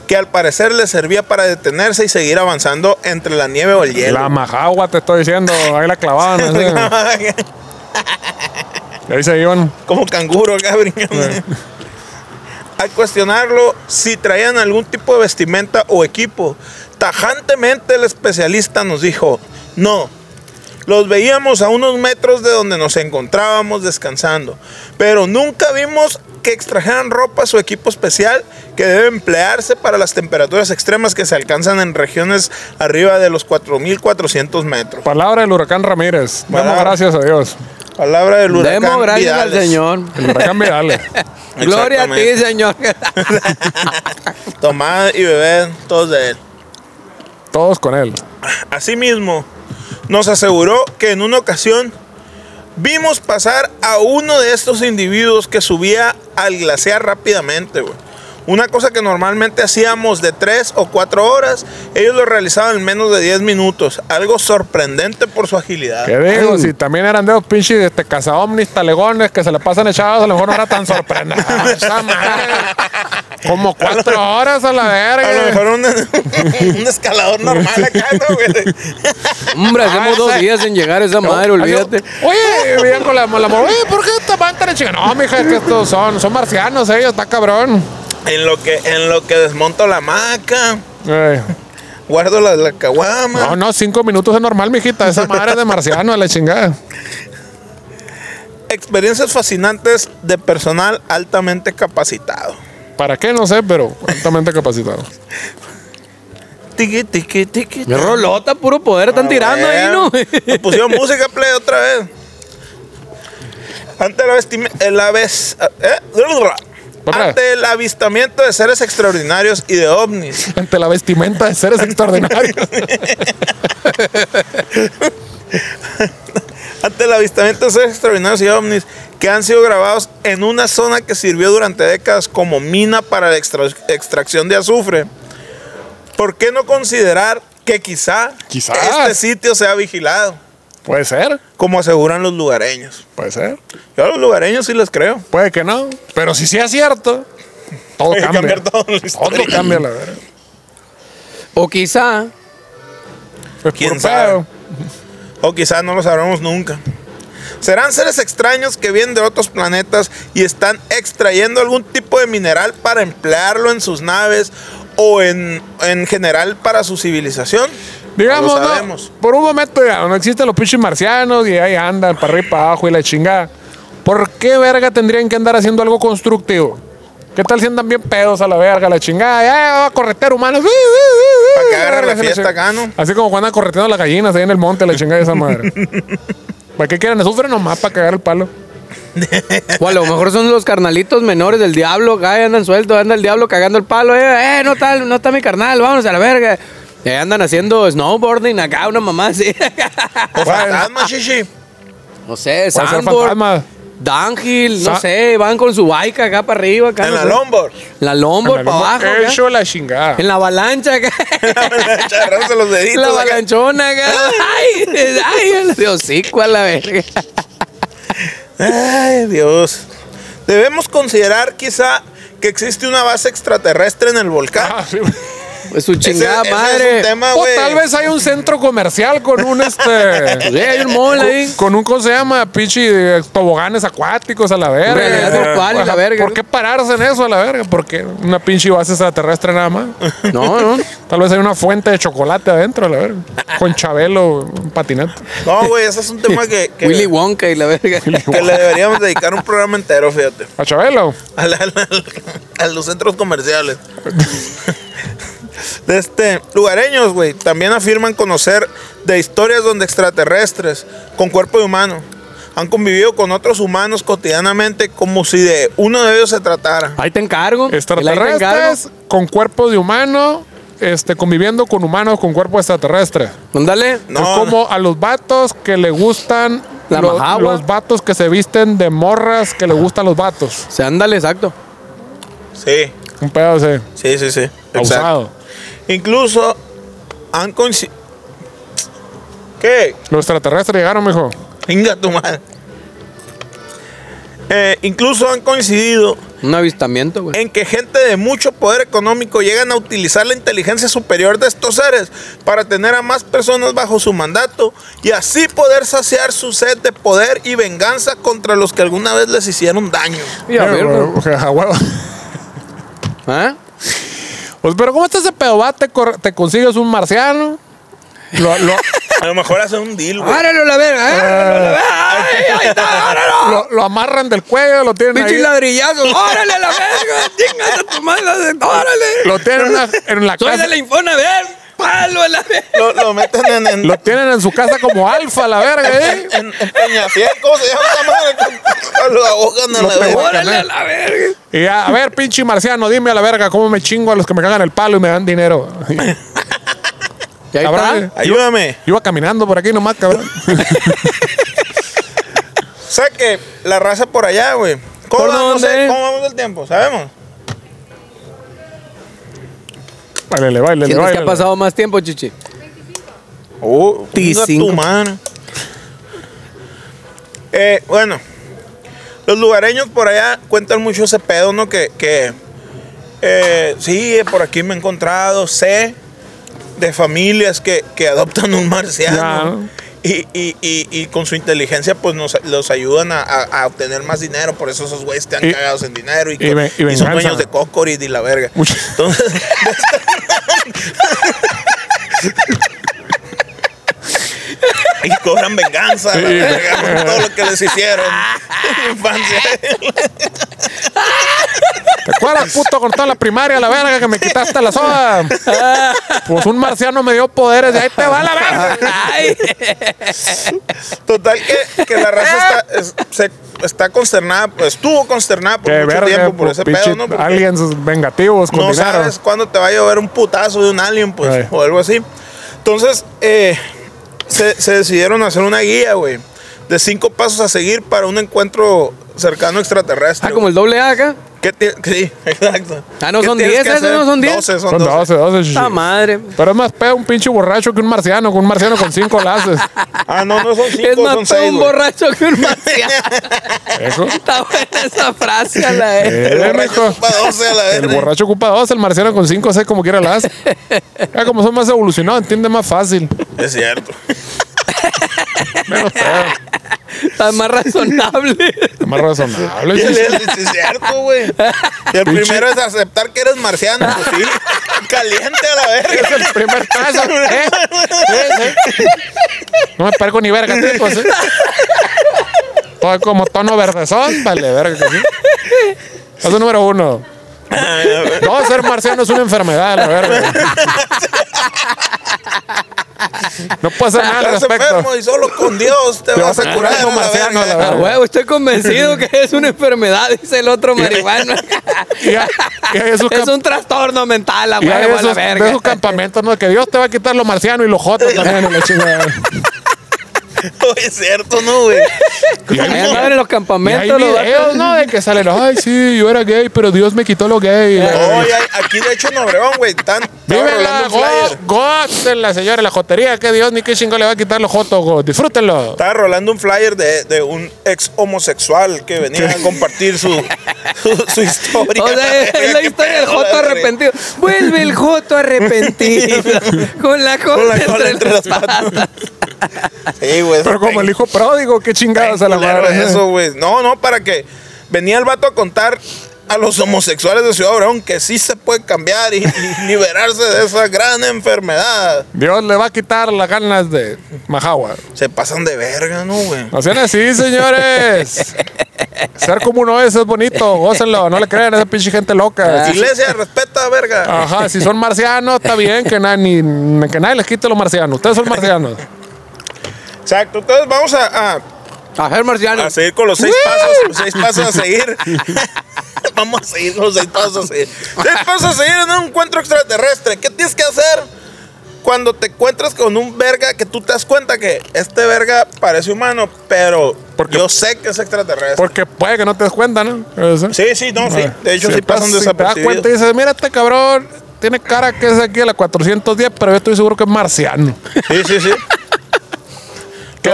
Speaker 1: que al parecer les servía para detenerse y seguir avanzando entre la nieve o el hielo.
Speaker 2: La majagua, te estoy diciendo. Ahí la clavaban. así. Y ahí se iban.
Speaker 1: Como canguro acá brincando. Al cuestionarlo si traían algún tipo de vestimenta o equipo, tajantemente el especialista nos dijo, no, los veíamos a unos metros de donde nos encontrábamos descansando, pero nunca vimos que extrajeran ropa o equipo especial que debe emplearse para las temperaturas extremas que se alcanzan en regiones arriba de los 4.400 metros.
Speaker 2: Palabra del huracán Ramírez. Damos
Speaker 1: Palabra.
Speaker 2: gracias a Dios.
Speaker 1: Palabra del huracán.
Speaker 3: Demos gracias al
Speaker 1: Vidales.
Speaker 3: Señor.
Speaker 2: El huracán Vidal.
Speaker 3: Gloria a ti,
Speaker 1: Exactamente.
Speaker 3: Señor.
Speaker 1: Tomad y bebed todos de él.
Speaker 2: Todos con él.
Speaker 1: Asimismo, nos aseguró que en una ocasión vimos pasar a uno de estos individuos que subía al glaciar rápidamente, güey. Una cosa que normalmente hacíamos de 3 o 4 horas, ellos lo realizaban en menos de 10 minutos. Algo sorprendente por su agilidad.
Speaker 2: ¿Qué digo? Si también eran de los pinches este, cazaomnis, talegones que se le pasan echados, a lo mejor no era tan sorprendente. Esa madre. Como cuatro horas a la verga.
Speaker 1: A lo mejor un, un escalador normal acá, ¿no, güey?
Speaker 3: Hombre,
Speaker 1: Ah,
Speaker 3: hacemos dos
Speaker 2: ese-
Speaker 3: días en llegar a esa madre, olvídate.
Speaker 2: Oye, veían con la, la morra, oye, ¿por qué te van tan chingados? No, mija, es que estos son, son marcianos ellos, está cabrón.
Speaker 1: En lo que, en lo que desmonto la hamaca,
Speaker 2: Eh,
Speaker 1: guardo la, la caguama.
Speaker 2: no, no, cinco minutos es normal, mijita. Esa madre es de marciano, a la chingada.
Speaker 1: Experiencias fascinantes de personal altamente capacitado.
Speaker 2: ¿Para qué? No sé, pero altamente capacitado.
Speaker 1: Tiqui, tiqui, tiqui.
Speaker 3: Mi rolota, puro
Speaker 1: Ah,
Speaker 3: poder, están tirando ahí, ¿no?
Speaker 1: Me pusieron música play otra vez. Ante la vestimenta. La vez. eh,
Speaker 2: Otra.
Speaker 1: ante el avistamiento de seres extraordinarios y de ovnis.
Speaker 2: Ante la vestimenta de seres extraordinarios.
Speaker 1: Ante el avistamiento de seres extraordinarios y ovnis que han sido grabados en una zona que sirvió durante décadas como mina para la extra- extracción de azufre. ¿Por qué no considerar que quizá
Speaker 2: Quizás.
Speaker 1: este sitio sea vigilado?
Speaker 2: Puede ser,
Speaker 1: Como aseguran los lugareños.
Speaker 2: puede ser.
Speaker 1: Yo a los lugareños sí les creo.
Speaker 2: Puede que no. Pero si sí es cierto, todo
Speaker 1: Hay que
Speaker 2: cambia.
Speaker 1: cambiar todo la
Speaker 2: Todo
Speaker 1: historia.
Speaker 2: cambia, la verdad.
Speaker 3: O quizá
Speaker 2: Es
Speaker 1: ¿Quién
Speaker 2: puro
Speaker 1: sabe?
Speaker 2: pedo.
Speaker 1: O quizás no lo sabremos nunca. Serán seres extraños que vienen de otros planetas y están extrayendo algún tipo de mineral para emplearlo en sus naves o en, en general para su civilización.
Speaker 2: Digamos,
Speaker 1: no
Speaker 2: ¿no?
Speaker 1: lo sabemos.
Speaker 2: por un momento ya, no existen los pinches marcianos y ahí andan para arriba y para abajo y la chingada. ¿Por qué verga tendrían que andar haciendo algo constructivo? ¿Qué tal si andan bien pedos a la verga, la chingada? Ya va a corretear humanos. uh, uh, uh,
Speaker 1: Pa' que agarre
Speaker 2: verga,
Speaker 1: la
Speaker 2: así
Speaker 1: fiesta
Speaker 2: chingada.
Speaker 1: acá, ¿no?
Speaker 2: Así como cuando andan correteando las gallinas ahí en el monte, la chingada de esa madre. ¿Para qué quieren? Sufren nomás para cagar el palo.
Speaker 3: O a lo mejor son los carnalitos menores del diablo, acá ahí andan sueltos, anda el diablo cagando el palo, eh, eh, no está, no está mi carnal, vámonos a la verga. Y ahí andan haciendo snowboarding acá, una mamá así. Ah,
Speaker 1: O fantasma, shishi.
Speaker 3: no sé,
Speaker 2: Pueden ser
Speaker 3: sandboard,
Speaker 2: fantasmas.
Speaker 3: downhill, no
Speaker 2: Sa-
Speaker 3: sé, van con su bike acá para arriba, acá.
Speaker 1: En
Speaker 3: no
Speaker 1: la
Speaker 3: sé.
Speaker 1: longboard.
Speaker 3: La longboard para abajo, acá.
Speaker 2: Eso la chingada.
Speaker 3: En la avalancha acá.
Speaker 1: Agarrándose los deditos.
Speaker 3: La
Speaker 1: acá.
Speaker 3: avalanchona acá. Ay, ay, de hocico a la verga.
Speaker 1: Ay, Dios. Debemos considerar quizá que existe una base extraterrestre en el volcán.
Speaker 2: Ah, sí.
Speaker 3: Es Pues su chingada
Speaker 1: Ese- ese
Speaker 3: madre.
Speaker 1: es un tema,
Speaker 2: O
Speaker 1: güey.
Speaker 2: tal vez hay un centro comercial con un
Speaker 3: Pues, eh,
Speaker 2: este.
Speaker 3: hay un mall
Speaker 2: con,
Speaker 3: ahí.
Speaker 2: con un, ¿cómo se llama? Pichi, eh, toboganes acuáticos a la verga.
Speaker 3: Realidad virtual,
Speaker 2: Ajá,
Speaker 3: la verga.
Speaker 2: ¿Por qué pararse en eso a la verga? Porque una pinche base extraterrestre nada más.
Speaker 3: No, no.
Speaker 2: Tal vez hay una fuente de chocolate adentro a la verga. Con Chabelo, un patinete.
Speaker 1: No, güey, ese es un tema que, que,
Speaker 3: Willy Wonka y la verga.
Speaker 1: que le deberíamos dedicar un programa entero, fíjate.
Speaker 2: ¿A Chabelo?
Speaker 1: A, la- al- a los centros comerciales. De este, lugareños, güey, también afirman conocer de historias donde extraterrestres con cuerpo de humano han convivido con otros humanos cotidianamente como si de uno de ellos se tratara.
Speaker 3: Ahí te encargo. el ahí te
Speaker 2: Extraterrestres con cuerpo de humano, este, conviviendo con humanos con cuerpo extraterrestre.
Speaker 3: encargo. Ándale.
Speaker 1: No,
Speaker 2: es Pues como a los vatos que le gustan
Speaker 3: La
Speaker 2: lo-
Speaker 3: majagua.
Speaker 2: los vatos que se visten de morras que le gustan los vatos.
Speaker 3: Se ándale, exacto.
Speaker 1: Sí,
Speaker 2: Un pedo así,
Speaker 1: sí, sí, sí. exacto.
Speaker 2: abusado.
Speaker 1: Incluso han coincidido. ¿Qué?
Speaker 2: Los extraterrestres llegaron, mijo.
Speaker 1: Venga tu madre. Eh, incluso han coincidido
Speaker 3: Un avistamiento, güey.
Speaker 1: en que gente de mucho poder económico llegan a utilizar la inteligencia superior de estos seres para tener a más personas bajo su mandato y así poder saciar su sed de poder y venganza contra los que alguna vez les hicieron daño.
Speaker 3: Y a ver, güey.
Speaker 2: Ajá, huevo.
Speaker 3: ¿Ah?
Speaker 2: Pues, pero ¿cómo está ese pedo? Va, te, cor- te consigues un marciano. Lo, lo-
Speaker 1: A lo mejor hacen un deal, güey.
Speaker 3: Áralo la verga, áralo la verga. Ay, Ah. ahí está, áralo.
Speaker 2: lo- lo amarran del cuello, lo tienen
Speaker 3: Pinche
Speaker 2: ahí.
Speaker 3: ladrillazo. Órale la verga. Chingas a tu madre. Órale.
Speaker 2: Lo tienen en la, en la
Speaker 3: Soy
Speaker 2: casa.
Speaker 3: de la infona, ver. Palo a la verga.
Speaker 1: Lo, lo meten en, en,
Speaker 2: Lo tienen en su casa como alfa, la verga, ¿eh?
Speaker 1: en- en Peñafiel, ¿cómo se llama esa madre? Con- Lo ahogan a la vez.
Speaker 3: Órale a la verga.
Speaker 2: Y ya, a ver, pinche marciano, dime a la verga cómo me chingo a los que me cagan el palo y me dan dinero.
Speaker 3: Y ahí
Speaker 2: Cabrón,
Speaker 3: está.
Speaker 1: Ayúdame.
Speaker 2: Iba caminando por aquí nomás, cabrón.
Speaker 1: O sea que la raza por allá, güey. ¿Cómo,
Speaker 3: ¿Por
Speaker 1: vamos,
Speaker 3: dónde?
Speaker 1: eh? ¿Cómo vamos del tiempo? ¿Sabemos?
Speaker 2: Báilele, báilele,
Speaker 3: ¿Sientes que
Speaker 2: báilele.
Speaker 3: ha pasado más tiempo, chichi?
Speaker 1: Oh,
Speaker 3: Ti cinco.
Speaker 1: tu mano. Eh, bueno, los lugareños por allá cuentan mucho ese pedo, ¿no? Que, que eh, sí, eh, por aquí me he encontrado, sé de familias que, que adoptan un
Speaker 2: Ya,
Speaker 1: marciano.
Speaker 2: ¿no?
Speaker 1: Y, y- y- y con su inteligencia, pues nos los ayudan a, a- a obtener más dinero. Por eso esos güeyes te han
Speaker 2: Y-
Speaker 1: cagados en dinero y,
Speaker 2: y
Speaker 1: co-
Speaker 2: ve- y
Speaker 1: y son
Speaker 2: venganza.
Speaker 1: dueños de Cocorit y la verga.
Speaker 2: Mucho-
Speaker 1: Entonces, Y cobran venganza, la
Speaker 2: Sí,
Speaker 1: verga, por todo lo que les hicieron en la infancia.
Speaker 2: ¿Te acuerdas, puto, con toda la primaria, la verga, que me quitaste la soda? Pues un marciano me dio poderes y ahí te va la verga.
Speaker 3: Ay.
Speaker 1: Total que, que la raza está, es- se- está consternada, pues, estuvo consternada por
Speaker 2: Qué
Speaker 1: mucho
Speaker 2: verga, pues,
Speaker 1: tiempo por ese
Speaker 2: pinche
Speaker 1: pedo, ¿no? Porque
Speaker 2: Aliens vengativos con
Speaker 1: no
Speaker 2: dinero.
Speaker 1: sabes cuándo te va a llover un putazo de un alien, pues,
Speaker 2: Ay.
Speaker 1: o algo así. Entonces, eh, se, se decidieron hacer una guía, güey, de cinco pasos a seguir para un encuentro cercano extraterrestre.
Speaker 3: Ah, como el doble A acá.
Speaker 1: ¿Qué ti- sí, exacto.
Speaker 3: Ah, ¿no
Speaker 1: ¿Qué
Speaker 3: son
Speaker 1: tienes
Speaker 3: 10
Speaker 1: que
Speaker 3: esos,
Speaker 1: hacer?
Speaker 3: no son 10?
Speaker 1: 12, son,
Speaker 2: Son
Speaker 1: 12.
Speaker 2: 12, 12, chichi.
Speaker 3: La Ah, madre.
Speaker 2: Pero es más pedo un pinche borracho que un marciano, con un marciano con cinco laces.
Speaker 1: Ah, no, no son 5,
Speaker 3: Es más
Speaker 1: son
Speaker 3: feo
Speaker 1: 6.
Speaker 3: un borracho que un marciano.
Speaker 2: Eso.
Speaker 3: Está buena esa frase a la verga.
Speaker 1: El
Speaker 2: Eh, mijo.
Speaker 1: borracho ocupa 12 a la
Speaker 2: El
Speaker 1: verga.
Speaker 2: borracho ocupa dos, el marciano con cinco, sé como quiera las. Ya como son más evolucionados, entiende más fácil.
Speaker 1: Es cierto.
Speaker 2: Menos pedo.
Speaker 3: Está más razonable.
Speaker 2: Más razonable.
Speaker 1: Es,
Speaker 2: sí.
Speaker 1: es cierto, güey. Y el primero es aceptar que eres marciano, pues sí. Caliente a la
Speaker 2: Es
Speaker 1: verga.
Speaker 2: el primer paso. ¿eh? Sí, sí. No me parco ni verga, tío, pues, ¿eh? Todo como tono verdezón, vale, verga que sí. Paso número uno. No, ser marciano es una enfermedad, la verga. No puedo hacer nada al
Speaker 1: Estás
Speaker 2: respecto.
Speaker 1: enfermo y solo con Dios te, vas a curar.
Speaker 2: como
Speaker 1: a la
Speaker 2: marciano,
Speaker 1: verga.
Speaker 2: a la
Speaker 3: A Ah, huevo, estoy convencido que es una enfermedad, dice el otro marihuano.
Speaker 2: Y hay, y hay esos
Speaker 3: Es
Speaker 2: camp-
Speaker 3: un trastorno mental, a
Speaker 2: y hay
Speaker 3: huevo, a la
Speaker 2: esos- de
Speaker 3: verga.
Speaker 2: esos campamentos, ¿no? Que Dios te va a quitar lo marciano y los jotos también. y la chingada.
Speaker 1: Oye, es cierto, ¿no, güey?
Speaker 3: Ahí andaban en
Speaker 2: Y
Speaker 3: los
Speaker 2: hay
Speaker 3: campamentos. los
Speaker 2: videos, ¿no? De que salen, ay, sí, yo era gay, pero Dios me quitó lo gay.
Speaker 1: Oye, aquí de hecho en Obregón, güey, están estaba
Speaker 2: Vive la
Speaker 1: rolando un flyer.
Speaker 2: en la señora, la jotería, que Dios ni qué chingo le va a quitar los jotos, go. disfrútenlo.
Speaker 1: Estaba rolando un flyer de, de un ex homosexual que venía a compartir su, su, su historia.
Speaker 3: O sea, es la historia del Joto arrepentido. Vuelve el Joto arrepentido. con la cola,
Speaker 1: Con la cola
Speaker 3: entre,
Speaker 1: entre
Speaker 3: las
Speaker 1: las
Speaker 3: patas.
Speaker 1: patas. Sí, güey.
Speaker 2: Pero como el hijo ¿eh? pródigo, qué chingadas a la
Speaker 1: culero
Speaker 2: madre.
Speaker 1: eso, güey. No, no, para que venía el vato a contar a los homosexuales de Ciudad Obregón que sí se puede cambiar y, y liberarse de esa gran enfermedad.
Speaker 2: Dios le va a quitar las ganas de Majagua.
Speaker 1: Se pasan de verga, ¿no, güey?
Speaker 2: No sean así, señores. Ser como uno es, es bonito. Gócenlo, no le crean a esa pinche gente
Speaker 3: Ah.
Speaker 2: loca.
Speaker 1: Iglesia, respeta, verga.
Speaker 2: Ajá, si son marcianos, está bien que, na- ni, que nadie les quite los marcianos. Ustedes son marcianos.
Speaker 1: Exacto. Entonces vamos a- a
Speaker 3: A ver, Marciano.
Speaker 2: Ah,
Speaker 1: a seguir con los seis pasos, los seis pasos a seguir. Vamos a seguir con los seis pasos a seguir. Seis pasos a seguir en un encuentro extraterrestre. ¿Qué tienes que hacer cuando te encuentras con un verga que tú te das cuenta que este verga parece humano, pero
Speaker 2: Porque-
Speaker 1: yo sé que es extraterrestre?
Speaker 2: Porque puede que no te des cuenta, ¿no? Eso.
Speaker 1: Sí, sí, no, sí. De hecho,
Speaker 2: Si
Speaker 1: sí
Speaker 2: estás-
Speaker 1: pasan
Speaker 2: si te das
Speaker 1: desapercibidos.
Speaker 2: cuenta y dices, mira este cabrón, tiene cara que es aquí a la 410, pero yo estoy seguro que es marciano.
Speaker 3: Pues
Speaker 1: Sí, sí, sí.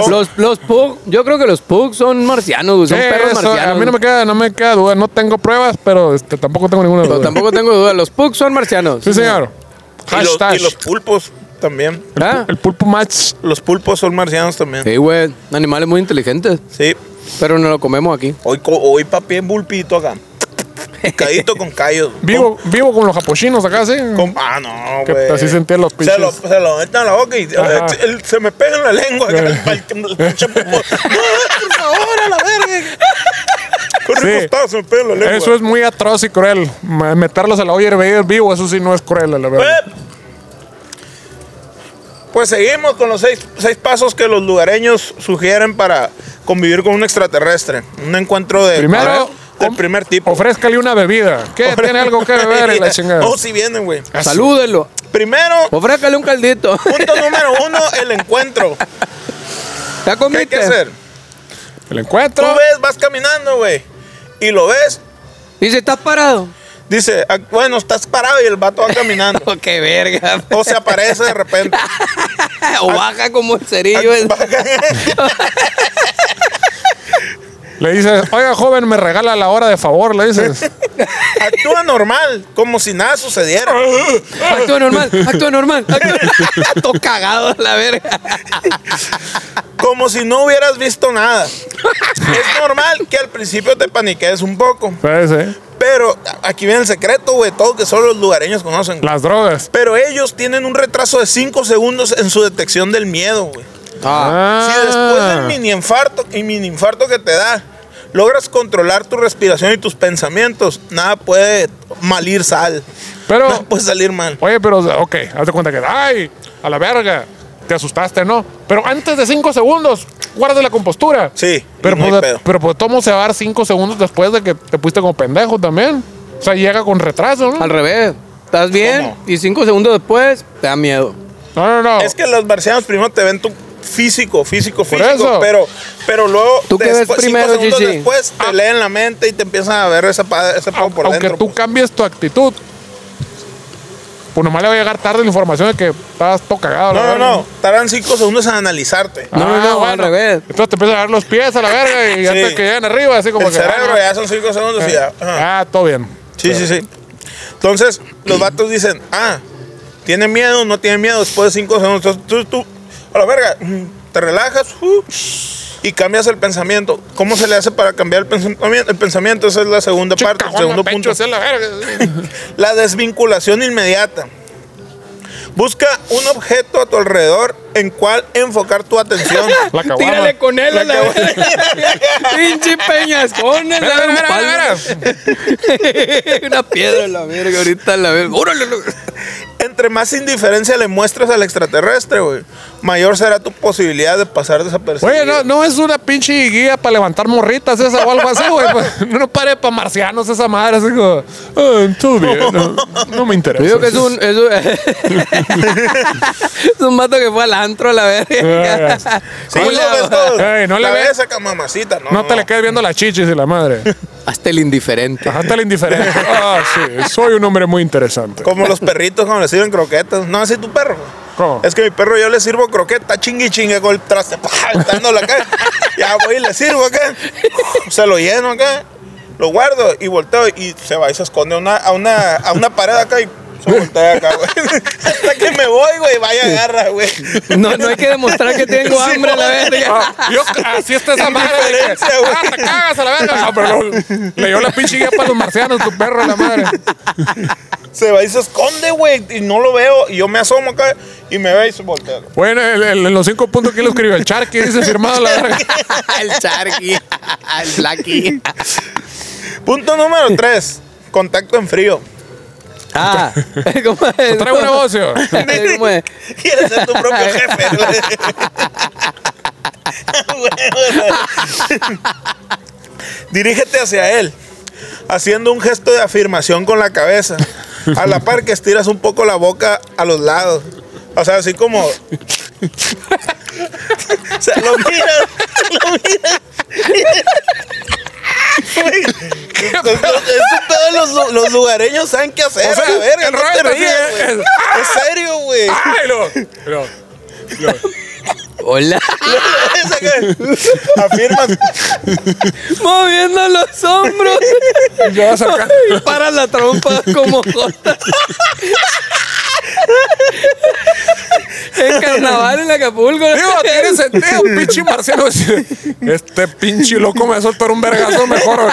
Speaker 3: Los, los Pug, yo creo que los Pug son marcianos, güey, son
Speaker 2: Sí,
Speaker 3: perros
Speaker 2: eso,
Speaker 3: marcianos.
Speaker 2: a mí no me queda, no me queda duda, no tengo pruebas, pero este, tampoco tengo ninguna
Speaker 3: Pero
Speaker 2: duda.
Speaker 3: tampoco tengo duda, los Pug son marcianos.
Speaker 2: Sí, señor.
Speaker 1: Y los,
Speaker 2: Hashtag.
Speaker 1: y los pulpos también.
Speaker 3: ¿Ah?
Speaker 2: El pulpo match.
Speaker 1: Los pulpos son marcianos también. Sí.
Speaker 3: Sí, güey, animales muy inteligentes, pero no lo comemos aquí.
Speaker 1: Hoy, co- hoy papi en bulpito acá. Picadito con callos.
Speaker 2: Vivo, vivo con los japochinos acá, sí.
Speaker 1: Com- ah, no,
Speaker 2: Que
Speaker 1: güey.
Speaker 2: así sentía los
Speaker 1: Se lo,
Speaker 2: pinches.
Speaker 1: se lo meten a la boca y
Speaker 2: Ajá. Eh.
Speaker 1: eh, el- se me pega en la lengua. acá, el pal- el pinche pulpo. No, por favor, a la verga. Qué rico
Speaker 2: Sí.
Speaker 1: está, se me pega en la lengua.
Speaker 2: Eso es muy atroz y cruel. Ma- Meterlos a la olla hervir vivo, eso sí no es cruel, la verdad.
Speaker 1: Pues, pues seguimos con los seis, seis pasos que los lugareños sugieren para convivir con un extraterrestre. Un encuentro de,
Speaker 2: Primero,
Speaker 1: del
Speaker 2: om-
Speaker 1: primer tipo.
Speaker 2: Ofrézcale una bebida. ¿Qué? ¿Tiene algo que beber en la chingada?
Speaker 1: Oh, si vienen, güey.
Speaker 3: Salúdenlo,
Speaker 1: Primero,
Speaker 3: ofrézcale un caldito.
Speaker 1: punto número uno, el encuentro.
Speaker 3: ¿Ya
Speaker 1: ¿Qué
Speaker 3: comiste?
Speaker 1: hay que hacer?
Speaker 2: El
Speaker 1: Tú
Speaker 2: encuentro.
Speaker 1: ves, vas caminando, güey. Y lo ves,
Speaker 3: Dice, ¿estás parado?
Speaker 1: dice, ah, bueno, estás parado y el vato va caminando.
Speaker 3: Oh, qué verga.
Speaker 1: O se aparece de repente.
Speaker 3: o baja como el cerillo. ese.
Speaker 2: Le dices, oiga, joven, me regala la hora de favor, le dices.
Speaker 1: Actúa normal, como si nada sucediera.
Speaker 3: Actúa normal, actúa normal. actúa- Todo cagado, la verga.
Speaker 1: Como si no hubieras visto nada. Es normal que al principio te paniquees un poco.
Speaker 2: Pues, eh,
Speaker 1: Pero a- aquí viene el secreto, güey, todo que solo los lugareños conocen. güey.
Speaker 2: Las drogas.
Speaker 1: Pero ellos tienen un retraso de 5 segundos en su detección del miedo, güey.
Speaker 2: Ah.
Speaker 1: Si Ah. después del mini infarto y mini infarto que te da, logras controlar tu respiración y tus pensamientos, nada puede mal ir sal.
Speaker 2: Pero-
Speaker 1: nada puede salir mal.
Speaker 2: Oye, pero, ok, hazte cuenta que, ay, a la verga, te asustaste, ¿no? Pero antes de cinco segundos, guarda la compostura.
Speaker 1: Sí,
Speaker 2: Pero,
Speaker 1: y no hay
Speaker 2: pues,
Speaker 1: pedo.
Speaker 2: pero pues, ¿cómo se va a dar cinco segundos después de que te pusiste como pendejo también? O sea, llega con retraso, ¿no?
Speaker 3: Al revés. Estás bien
Speaker 1: ¿Cómo?
Speaker 3: y cinco segundos después te da miedo.
Speaker 2: No, no, no.
Speaker 1: Es que los marcianos primero te ven tu físico, físico,
Speaker 2: Por
Speaker 1: físico,
Speaker 2: eso.
Speaker 1: pero, pero luego
Speaker 3: ¿Tú qué ves
Speaker 1: después- cinco
Speaker 3: primero,
Speaker 1: segundos
Speaker 3: Gigi?
Speaker 1: después te leen la mente y te empiezan a ver esa pa- ese pavo por
Speaker 2: Ah. aunque
Speaker 1: dentro. pues.
Speaker 2: tú cambies tu actitud, pues nomás le va a llegar tarde la información de que estás todo cagado. a la
Speaker 1: No, no,
Speaker 2: verga.
Speaker 1: no. Tardan cinco segundos en analizarte.
Speaker 3: No, no, no, Ah, al revés.
Speaker 2: Entonces te empiezan a dar los pies a la verga y
Speaker 1: Sí.
Speaker 2: antes que lleguen arriba, así como
Speaker 1: El
Speaker 2: que.
Speaker 1: cerebro
Speaker 2: ah,
Speaker 1: ya son cinco segundos y ya. ajá.
Speaker 2: Ah, todo bien.
Speaker 1: Sí, sí, sí. Entonces, los vatos dicen, ah, tiene miedo, no tiene miedo, después de cinco segundos, tú, tú, a la verga, mm, te relajas uh, y cambias el pensamiento. ¿Cómo se le hace para cambiar el pensamiento? El pensamiento, esa es la segunda parte, el
Speaker 2: Cagón,
Speaker 1: segundo
Speaker 2: pecho,
Speaker 1: punto.
Speaker 2: así a la verga.
Speaker 1: La desvinculación inmediata. Busca un objeto a tu alrededor en cual enfocar tu atención.
Speaker 2: La caguama.
Speaker 3: Tírale con él a la
Speaker 1: La
Speaker 3: verga. Pinche peñascones.
Speaker 2: Mira,
Speaker 3: la
Speaker 2: mira, mira,
Speaker 3: espalda. Una piedra a la verga ahorita a la verga. Órale. lo-
Speaker 1: Entre más indiferencia le muestras al extraterrestre, güey, mayor será tu posibilidad de pasar desapercibido.
Speaker 2: Güey, no, no es una pinche guía para levantar morritas esa o algo así, güey. Pues, No, no pare para marcianos esa madre, así como, "Ah, tú bien, no, no me interesa.
Speaker 3: Yo digo que es un. Es un, es un vato que fue al antro a la verga.
Speaker 2: Ah,
Speaker 1: Sí,
Speaker 3: ¿Cómo
Speaker 1: no,
Speaker 3: le
Speaker 1: ves
Speaker 3: hago?
Speaker 1: todo.
Speaker 2: Ey, no le
Speaker 1: la
Speaker 2: ve-
Speaker 1: ves acá, pues, mamacita, no.
Speaker 2: No te le quedes viendo las chichis y la madre.
Speaker 3: Hasta el indiferente.
Speaker 2: Hasta la indiferencia. Ah, sí, soy un hombre muy interesante.
Speaker 1: Como los perritos cuando les sirven croquetas. No, así tu perro.
Speaker 2: ¿Cómo?
Speaker 1: Es que mi perro yo le sirvo croqueta, chingui chingue con el traste, pa, aventándolo acá. ya voy y le sirvo acá. Se lo lleno acá. Lo guardo y volteo y se va y se esconde a una, a una, a una pared acá y se voltea acá, güey. Hasta que me voy, güey, vaya agarra, güey.
Speaker 3: No, no hay que demostrar que tengo
Speaker 1: Sí,
Speaker 3: hambre a la verga.
Speaker 2: Ah, yo, así está esa madre. de que,
Speaker 1: Indiferencia, güey.
Speaker 2: Ah, te cagas a la verga. No, pero lo- le dio la pinche guía para los marcianos, tu perro, a la madre.
Speaker 1: Se va y se esconde, güey, y no lo veo. Y yo me asomo acá y me ve y se voltea.
Speaker 2: Bueno, el- el- en los cinco puntos que lo escribió el charqui, dice firmado la verga.
Speaker 3: el charqui. El flaky.
Speaker 1: Punto número 3. Contacto en frío.
Speaker 3: Ah, ¿cómo es?
Speaker 2: Traigo un negocio.
Speaker 3: ¿Cómo es?
Speaker 1: Quieres ser tu propio jefe. güey. Dirígete hacia él, haciendo un gesto de afirmación con la cabeza, a la par que estiras un poco la boca a los lados. O sea, así como... O sea, lo miras, lo miras. Güey, esto- esto todos los, los lugareños saben qué hacer.
Speaker 2: O sea,
Speaker 1: a la verga,
Speaker 2: el
Speaker 1: no
Speaker 2: rollo
Speaker 1: te
Speaker 2: también
Speaker 1: rías, güey.
Speaker 2: es-
Speaker 1: Es serio, güey.
Speaker 2: Ay, lo- lo-
Speaker 3: Hola.
Speaker 1: Afirmas.
Speaker 3: Moviendo los hombros.
Speaker 2: yo voy a sacar.
Speaker 3: Para la trompa como jota. En carnaval en Acapulco.
Speaker 2: Digo, tiene sentido, pinche marciano. Este pinche loco me soltó un vergazo, mejor,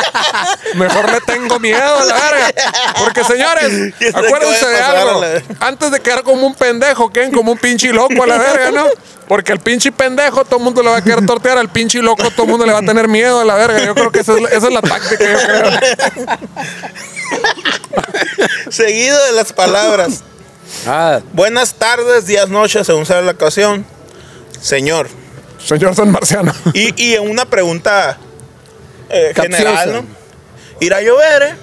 Speaker 2: mejor le tengo miedo a la verga. Porque, señores,
Speaker 1: ¿Qué se le
Speaker 2: acuérdense
Speaker 1: acaba de
Speaker 2: de
Speaker 1: pasar a
Speaker 2: algo.
Speaker 1: la verga?
Speaker 2: Antes de quedar como un pendejo, queden como un pinche loco a la verga, ¿no? Porque al pinche pendejo todo el mundo le va a querer tortear, al pinche loco todo el mundo le va a tener miedo a la verga. Yo creo que esa es la, esa es la táctica. yo creo.
Speaker 1: Seguido de las palabras.
Speaker 3: Ah,
Speaker 1: Buenas tardes, días, noches, según sea la ocasión. Señor.
Speaker 2: Señor San Marciano.
Speaker 1: Y, y una pregunta eh,
Speaker 3: Capciosa.
Speaker 1: general, ¿no? ¿Irá a llover, eh?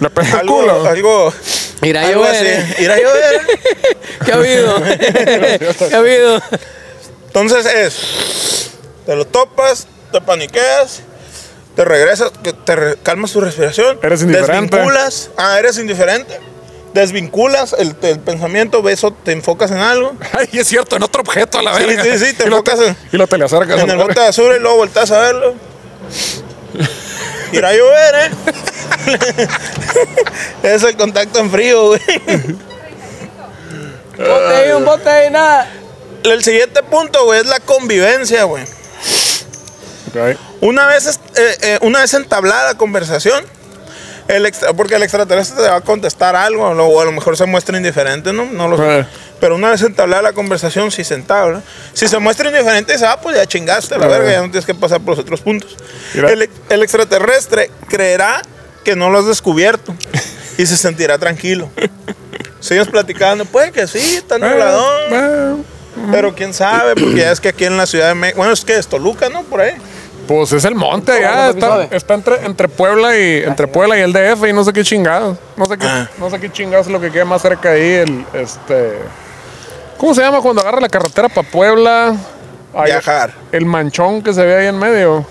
Speaker 2: Le pega el
Speaker 1: Algo,
Speaker 2: culo.
Speaker 1: algo,
Speaker 3: Mira,
Speaker 1: algo
Speaker 3: yo
Speaker 1: así. ¿Irá a llover? eh?
Speaker 3: ¿Qué ha habido? ¿Qué ha habido?
Speaker 1: Entonces es, te lo topas, te paniqueas, te regresas, que te re- calmas tu respiración.
Speaker 2: Eres indiferente.
Speaker 1: Desvinculas. Ah, eres indiferente. Desvinculas el, el pensamiento, ves o te enfocas en algo.
Speaker 2: Ay, es cierto, en otro objeto a la
Speaker 1: Sí,
Speaker 2: verga.
Speaker 1: sí, sí, te
Speaker 2: y lo te,
Speaker 1: enfocas en-
Speaker 2: y lo teleacercas. a
Speaker 1: En el
Speaker 2: la
Speaker 1: bote
Speaker 2: verga.
Speaker 1: de basura y luego volteas a verlo. Irá a llover, ¿eh? es el contacto en frío, güey.
Speaker 3: Bote ahí, un bote ahí, nada.
Speaker 1: El siguiente punto, güey, es la convivencia, güey.
Speaker 2: Ok.
Speaker 1: Una vez, est- eh, eh, una vez entablada la conversación, el extra- porque el extraterrestre te va a contestar algo, lo- o a lo mejor se muestra indiferente, ¿no? No lo sé.
Speaker 2: Eh.
Speaker 1: Pero una vez entablada la conversación, si se entabla, si se muestra indiferente, dice, ah, pues ya chingaste, la
Speaker 2: Eh.
Speaker 1: verga, ya no tienes que pasar por los otros puntos.
Speaker 2: Mira.
Speaker 1: El, ex- el extraterrestre creerá que no lo has descubierto y se sentirá tranquilo. Sigues platicando, puede que sí, está nubladón.
Speaker 2: Eh,
Speaker 1: Pero quién sabe, porque ya es que aquí en la Ciudad de México, bueno, es que es Toluca, ¿no? Por ahí.
Speaker 2: Pues es el monte allá,
Speaker 3: Bueno,
Speaker 2: está,
Speaker 3: suave.
Speaker 2: está entre, entre Puebla y entre Puebla y el DF y no sé qué chingados. No sé qué,
Speaker 1: Ah.
Speaker 2: no sé qué chingados es lo que queda más cerca ahí, el este ¿Cómo se llama cuando agarra la carretera para Puebla? Ahí-
Speaker 1: Viajar.
Speaker 2: El manchón que se ve ahí en medio.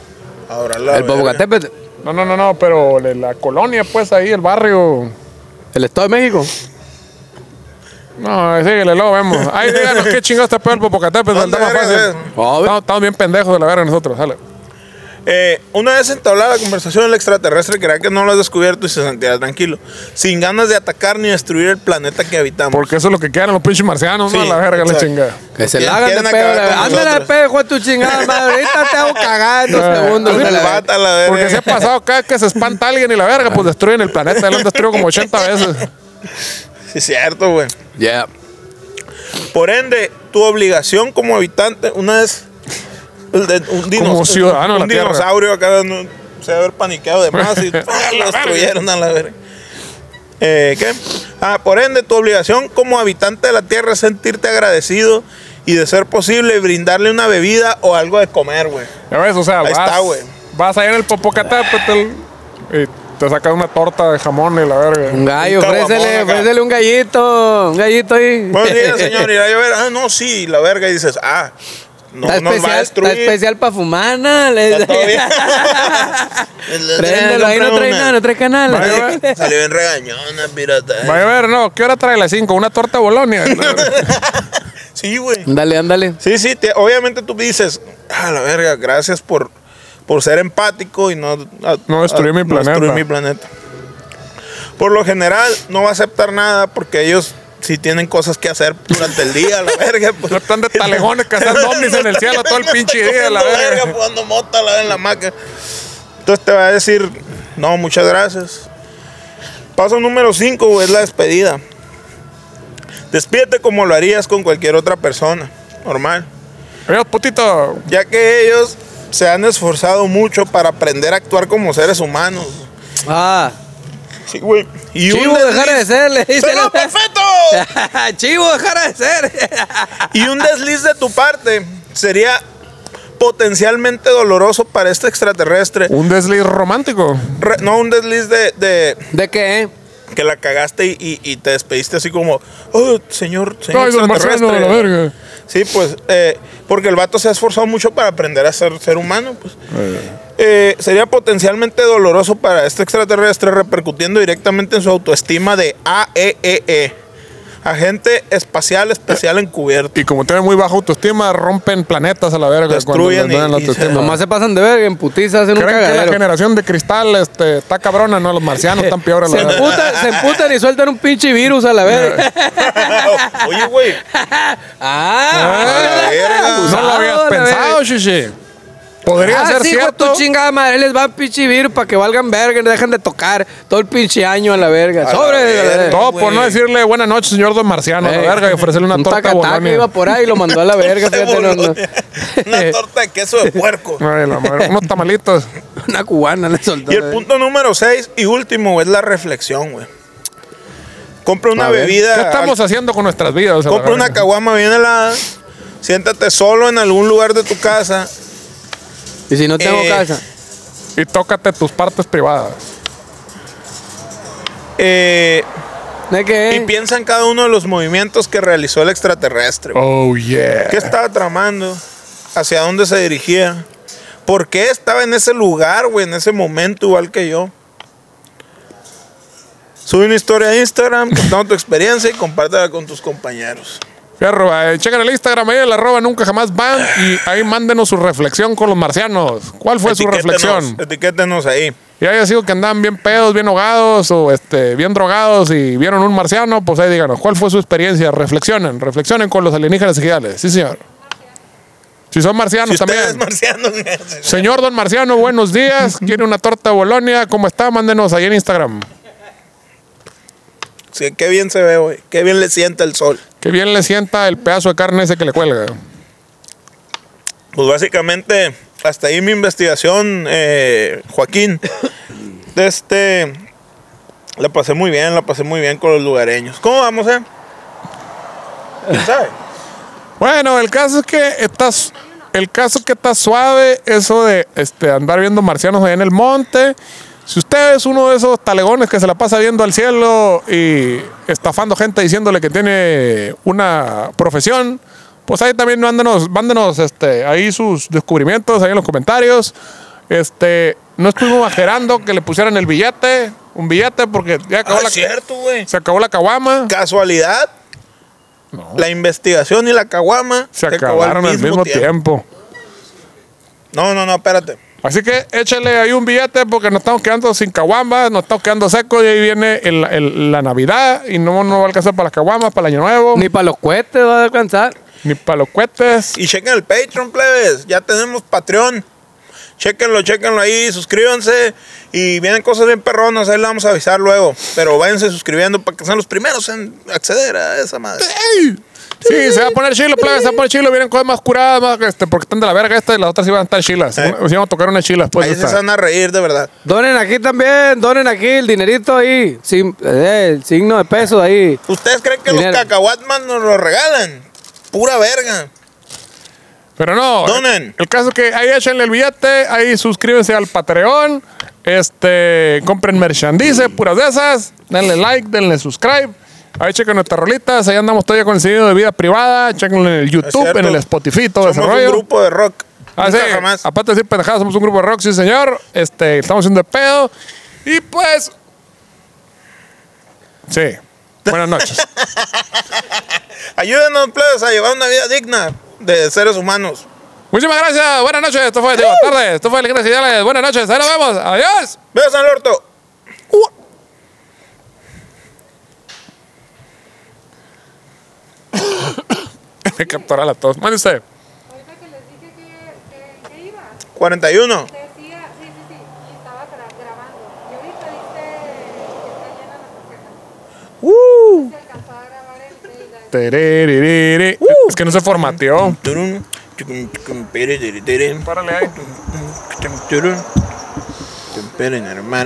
Speaker 1: Ahora la
Speaker 3: El
Speaker 1: verga.
Speaker 3: Popocatépetl.
Speaker 2: No, no, no, no, pero de la colonia pues ahí, el barrio.
Speaker 3: El Estado de México.
Speaker 2: No, síguele, luego vemos. Ahí díganos qué chingados está peor el Popocatépetl,
Speaker 1: ¿Dónde
Speaker 2: está más
Speaker 1: vergas
Speaker 2: fácil.
Speaker 1: es?
Speaker 3: Oh,
Speaker 2: Estamos, estamos bien pendejos de la verga nosotros, dale.
Speaker 1: Eh, una vez entablada la conversación, el extraterrestre creerá que no lo has descubierto y se sentirá tranquilo, sin ganas de atacar ni destruir el planeta que habitamos.
Speaker 2: Porque eso es lo que quedan los pinches marcianos, ¿no?
Speaker 1: Sí,
Speaker 2: La verga, la
Speaker 1: exacto.
Speaker 2: chingada.
Speaker 3: Que se
Speaker 1: Quieren-
Speaker 3: la hagan de
Speaker 1: quieren
Speaker 3: pedo.
Speaker 1: acabar con
Speaker 3: Ándale de
Speaker 1: nosotros.
Speaker 3: pedo, hijo de tu chingada madre. Ahorita te hago cagar en dos
Speaker 2: Ah,
Speaker 3: segundos.
Speaker 1: Hazle
Speaker 3: vete a la
Speaker 1: el
Speaker 3: verga.
Speaker 1: vato a la
Speaker 2: Porque
Speaker 1: verga.
Speaker 2: se ha pasado cada que se espanta alguien y la verga, pues destruyen el planeta. Ya Lo han destruido como 80 veces.
Speaker 1: Sí, cierto, güey.
Speaker 3: Yeah.
Speaker 1: Por ende, tu obligación como habitante, una vez el de- un, dinos-
Speaker 2: Como ciudadano de
Speaker 1: un
Speaker 2: la Tierra.
Speaker 1: dinosaurio acá no- se va a haber paniqueado de más y ¡ah! lo destruyeron a la verga. Eh, ¿Qué? Ah, por ende, tu obligación como habitante de la Tierra es sentirte agradecido y de ser posible brindarle una bebida o algo de comer, güey.
Speaker 2: Ya ves, o sea,
Speaker 1: Ahí
Speaker 2: vas,
Speaker 1: está, güey.
Speaker 2: vas ahí en el Popocatépetl y te sacas una torta de jamón y la verga.
Speaker 3: Un gallo,
Speaker 1: Un caguamón
Speaker 3: ofrécele,
Speaker 1: acá.
Speaker 3: ofrécele un gallito, un gallito ahí.
Speaker 1: Buenos días, señor. Y ahí a ver, ah, no, sí, la verga. Y dices, ah, no
Speaker 3: está,
Speaker 1: nos va a
Speaker 3: especial, está
Speaker 1: destruir.
Speaker 3: especial para fumar, ¿no? Le-
Speaker 1: Está todo bien.
Speaker 3: Préndelo, ahí no trae nada, no trae canal.
Speaker 2: Vale, güey.
Speaker 1: Salió bien regañona, pirata. ¿eh?
Speaker 2: Vaya a ver, no, ¿qué hora trae las 5? Una torta bolonia.
Speaker 1: Sí, güey.
Speaker 3: Ándale, ándale.
Speaker 1: Sí, sí, te- obviamente tú dices, ah, la verga, gracias por, por ser empático y no, a-
Speaker 2: No destruir mi
Speaker 1: no destruir
Speaker 2: planeta.
Speaker 1: mi planeta. Por lo general, no va a aceptar nada porque ellos sí tienen cosas que hacer durante el día, la verga. pues.
Speaker 2: No están de talejones cazando ovnis en el cielo todo el pinche día, la
Speaker 1: Comiendo
Speaker 2: verga.
Speaker 1: Fumando mota, la verga, en la maca. Entonces te va a decir, no, muchas gracias. Paso número 5 es la despedida. Despídete como lo harías con cualquier otra persona, normal
Speaker 2: Adiós, putito.
Speaker 1: ya que ellos se han esforzado mucho para aprender a actuar como seres humanos.
Speaker 3: Ah,
Speaker 1: Sí, güey. Y
Speaker 3: chivo, dejara de ser, le dice.
Speaker 1: ¡Pero perfecto!
Speaker 3: chivo, dejara de ser.
Speaker 1: Y un desliz de tu parte sería potencialmente doloroso para este extraterrestre.
Speaker 2: Un desliz romántico.
Speaker 1: Re- no, un desliz de, de
Speaker 3: ¿De qué?
Speaker 1: que la cagaste y, y- y te despediste así como, oh, señor, señor
Speaker 2: Ay, don Marcelo,
Speaker 1: extraterrestre.
Speaker 2: la verga.
Speaker 1: Sí, pues, eh, porque el vato se ha esforzado mucho para aprender a ser ser humano, pues. Eh, sería potencialmente doloroso para este extraterrestre repercutiendo directamente en su autoestima de AEEE, E, agente espacial especial encubierto.
Speaker 2: Y como tienen muy baja autoestima, rompen planetas a la verga. cuando
Speaker 1: Destruyen
Speaker 2: les dan
Speaker 1: y-
Speaker 2: la
Speaker 1: y se-
Speaker 2: autoestima.
Speaker 3: Nomás se pasan de verga, en putiza, hacen un
Speaker 2: Creen que la
Speaker 3: cagadero.
Speaker 2: generación de cristal este, está cabrona, ¿no? Los marcianos están peores.
Speaker 3: Se
Speaker 2: La verga.
Speaker 3: emputan, se emputan y sueltan un pinche virus a la verga.
Speaker 1: Oye, güey,
Speaker 3: Ah,
Speaker 1: a la
Speaker 2: No
Speaker 1: verga.
Speaker 2: lo habías
Speaker 3: Abusado, Ah, la
Speaker 2: pensado, Shishi. Podría
Speaker 3: Ah,
Speaker 2: ser
Speaker 3: sí, hijo de
Speaker 2: cierto.
Speaker 3: tu chingada madre, les va a pinche virus para que valgan verga, no dejan de tocar todo el pinche año a la verga.
Speaker 1: la
Speaker 3: Sobre la
Speaker 1: verga.
Speaker 3: verga.
Speaker 2: Todo por no decirle buenas noches, señor don Marciano, la
Speaker 3: Ey.
Speaker 2: verga, y ofrecerle una
Speaker 3: Eh, un
Speaker 2: torta
Speaker 3: tacataca
Speaker 2: bolonia.
Speaker 3: iba por ahí y lo mandó a la verga,
Speaker 1: De
Speaker 3: fíjate, no, no.
Speaker 1: Bolonia. Una torta de queso de puerco.
Speaker 2: Ay, la madre, Unos tamalitos.
Speaker 3: Una cubana le soltó. eh.
Speaker 1: Y el
Speaker 3: la
Speaker 1: punto número 6 y último güey, es la reflexión, güey. Compra una
Speaker 3: A ver,
Speaker 1: bebida.
Speaker 2: ¿Qué estamos haciendo con nuestras vidas? a la
Speaker 1: Ah, Compra una
Speaker 2: verga?
Speaker 1: caguama bien helada. Siéntate solo en algún lugar de tu casa.
Speaker 3: verga. Y si no tengo
Speaker 1: Eh,
Speaker 3: casa.
Speaker 2: Y tócate tus partes privadas.
Speaker 1: eh,
Speaker 3: ¿De
Speaker 1: y
Speaker 3: qué?
Speaker 1: piensa en cada uno de los movimientos que realizó el extraterrestre. güey.
Speaker 2: Oh, yeah.
Speaker 1: ¿Qué estaba tramando? ¿Hacia dónde se dirigía? ¿Por qué estaba en ese lugar, güey, en ese momento, igual que yo? Sube una historia a Instagram contando tu experiencia y compártela con tus compañeros.
Speaker 2: Fierro, eh, chequen el Instagram ahí, el arroba nunca jamás van y ahí mándenos su reflexión con los marcianos. ¿Cuál fue Pues, su
Speaker 1: Etiquétenos,
Speaker 2: reflexión?
Speaker 1: Etiquétenos ahí.
Speaker 2: Y haya sido que andaban bien pedos, bien ahogados o este, bien drogados y vieron un marciano, pues ahí díganos, ¿cuál fue su experiencia? Reflexionen, reflexionen con los alienígenas ejidales. Sí, señor. Si son marcianos
Speaker 1: Si usted es
Speaker 2: también.
Speaker 1: marciano,
Speaker 2: Señor Don Marciano, buenos días. ¿Quiere una torta Bolonia? ¿Cómo está? Mándenos ahí en Instagram.
Speaker 1: sí, qué bien se ve, güey. Qué bien le sienta el sol.
Speaker 2: Que bien le sienta el pedazo de carne ese que le cuelga.
Speaker 1: Pues básicamente, hasta ahí mi investigación, eh, Joaquín. Este, la pasé muy bien, la pasé muy bien con los lugareños. ¿Cómo vamos, eh? ¿Quién sabe?
Speaker 2: Bueno, el caso es que estás. El caso es que está suave eso de este, andar viendo marcianos allá en el monte. Si usted es uno de esos talegones que se la pasa viendo al cielo y estafando gente diciéndole que tiene una profesión, pues ahí también mándenos, mándenos este, ahí sus descubrimientos, ahí en los comentarios. Este, no estuvimos exagerando que le pusieran el billete, un billete, porque ya acabó
Speaker 1: Ah,
Speaker 2: la,
Speaker 1: es cierto, güey.
Speaker 2: se acabó la caguama.
Speaker 1: ¿Casualidad? La investigación y la caguama
Speaker 2: Se acabaron al mismo tiempo.
Speaker 1: No, no, no, espérate.
Speaker 2: Así que échale ahí un billete porque nos estamos quedando sin caguamas, nos estamos quedando secos y ahí viene el- el- la Navidad y no nos va a alcanzar para las caguamas, para el Año Nuevo, ni,
Speaker 3: Ni para los cohetes va a alcanzar.
Speaker 2: para los cohetes.
Speaker 1: Y chequen el Patreon, plebes. Ya tenemos Patreon. Chequenlo, chequenlo ahí, suscríbanse. Y vienen cosas bien perronas, ahí las vamos a avisar luego. Pero váyanse suscribiendo para que sean los primeros en acceder a esa madre.
Speaker 2: Sí, se va a poner chilo, plebe, se va a poner chilo, vienen cosas más curadas, más, este, porque están de la verga estas y las otras sí van a estar chilas.
Speaker 1: Eh.
Speaker 2: Una- Sí, vamos a tocar unas chilas, pues.
Speaker 1: ahí
Speaker 2: esta.
Speaker 1: se van a reír, de verdad.
Speaker 3: Donen aquí también, donen aquí el dinerito ahí. Sin- eh, el signo de peso ahí.
Speaker 1: ¿Ustedes creen que
Speaker 3: Dinero.
Speaker 1: los cacahuatman nos lo regalan? pura verga.
Speaker 2: Pero no.
Speaker 1: Donen.
Speaker 2: El, el caso es que ahí échenle el billete, ahí suscríbanse al Patreon, este, compren merchandise, puras de esas, denle like, denle subscribe. Ahí chequen nuestras rolitas, ahí andamos todavía con el sonido de vida privada, chequenlo en el YouTube,
Speaker 1: cierto.
Speaker 2: en el Spotify, todo
Speaker 1: Somos
Speaker 2: ese Pues rollo.
Speaker 1: un grupo de rock.
Speaker 2: Ah, sí.
Speaker 1: Nunca jamás.
Speaker 2: Aparte de decir pendejadas, somos un grupo de rock, sí, señor. Este, estamos haciendo de pedo. Y pues. Sí. Buenas noches.
Speaker 1: Ayúdenos, plebes, a llevar una vida digna de seres humanos.
Speaker 2: Muchísimas gracias. Buenas noches. Esto fue, digo, tardes. Esto fue Leyendas Ideales. Buenas noches. Ahí nos vemos. Adiós.
Speaker 1: Besos al orto.
Speaker 2: Uh. Me captura la tos. Mande usted.
Speaker 4: Ahorita que les dije que, que, que iba,
Speaker 1: 41.
Speaker 4: te decía, sí, sí, sí, y estaba gra- grabando. Y ahorita dice que está llena la tarjeta. No se alcanzó a grabar el, el, la-
Speaker 2: Terererere. Es que no se formateó.
Speaker 1: Turum, tucum, tucum, pere, tere, tere.
Speaker 2: Párale ahí.
Speaker 1: Tucum, turum. Tucum, pere, hermano.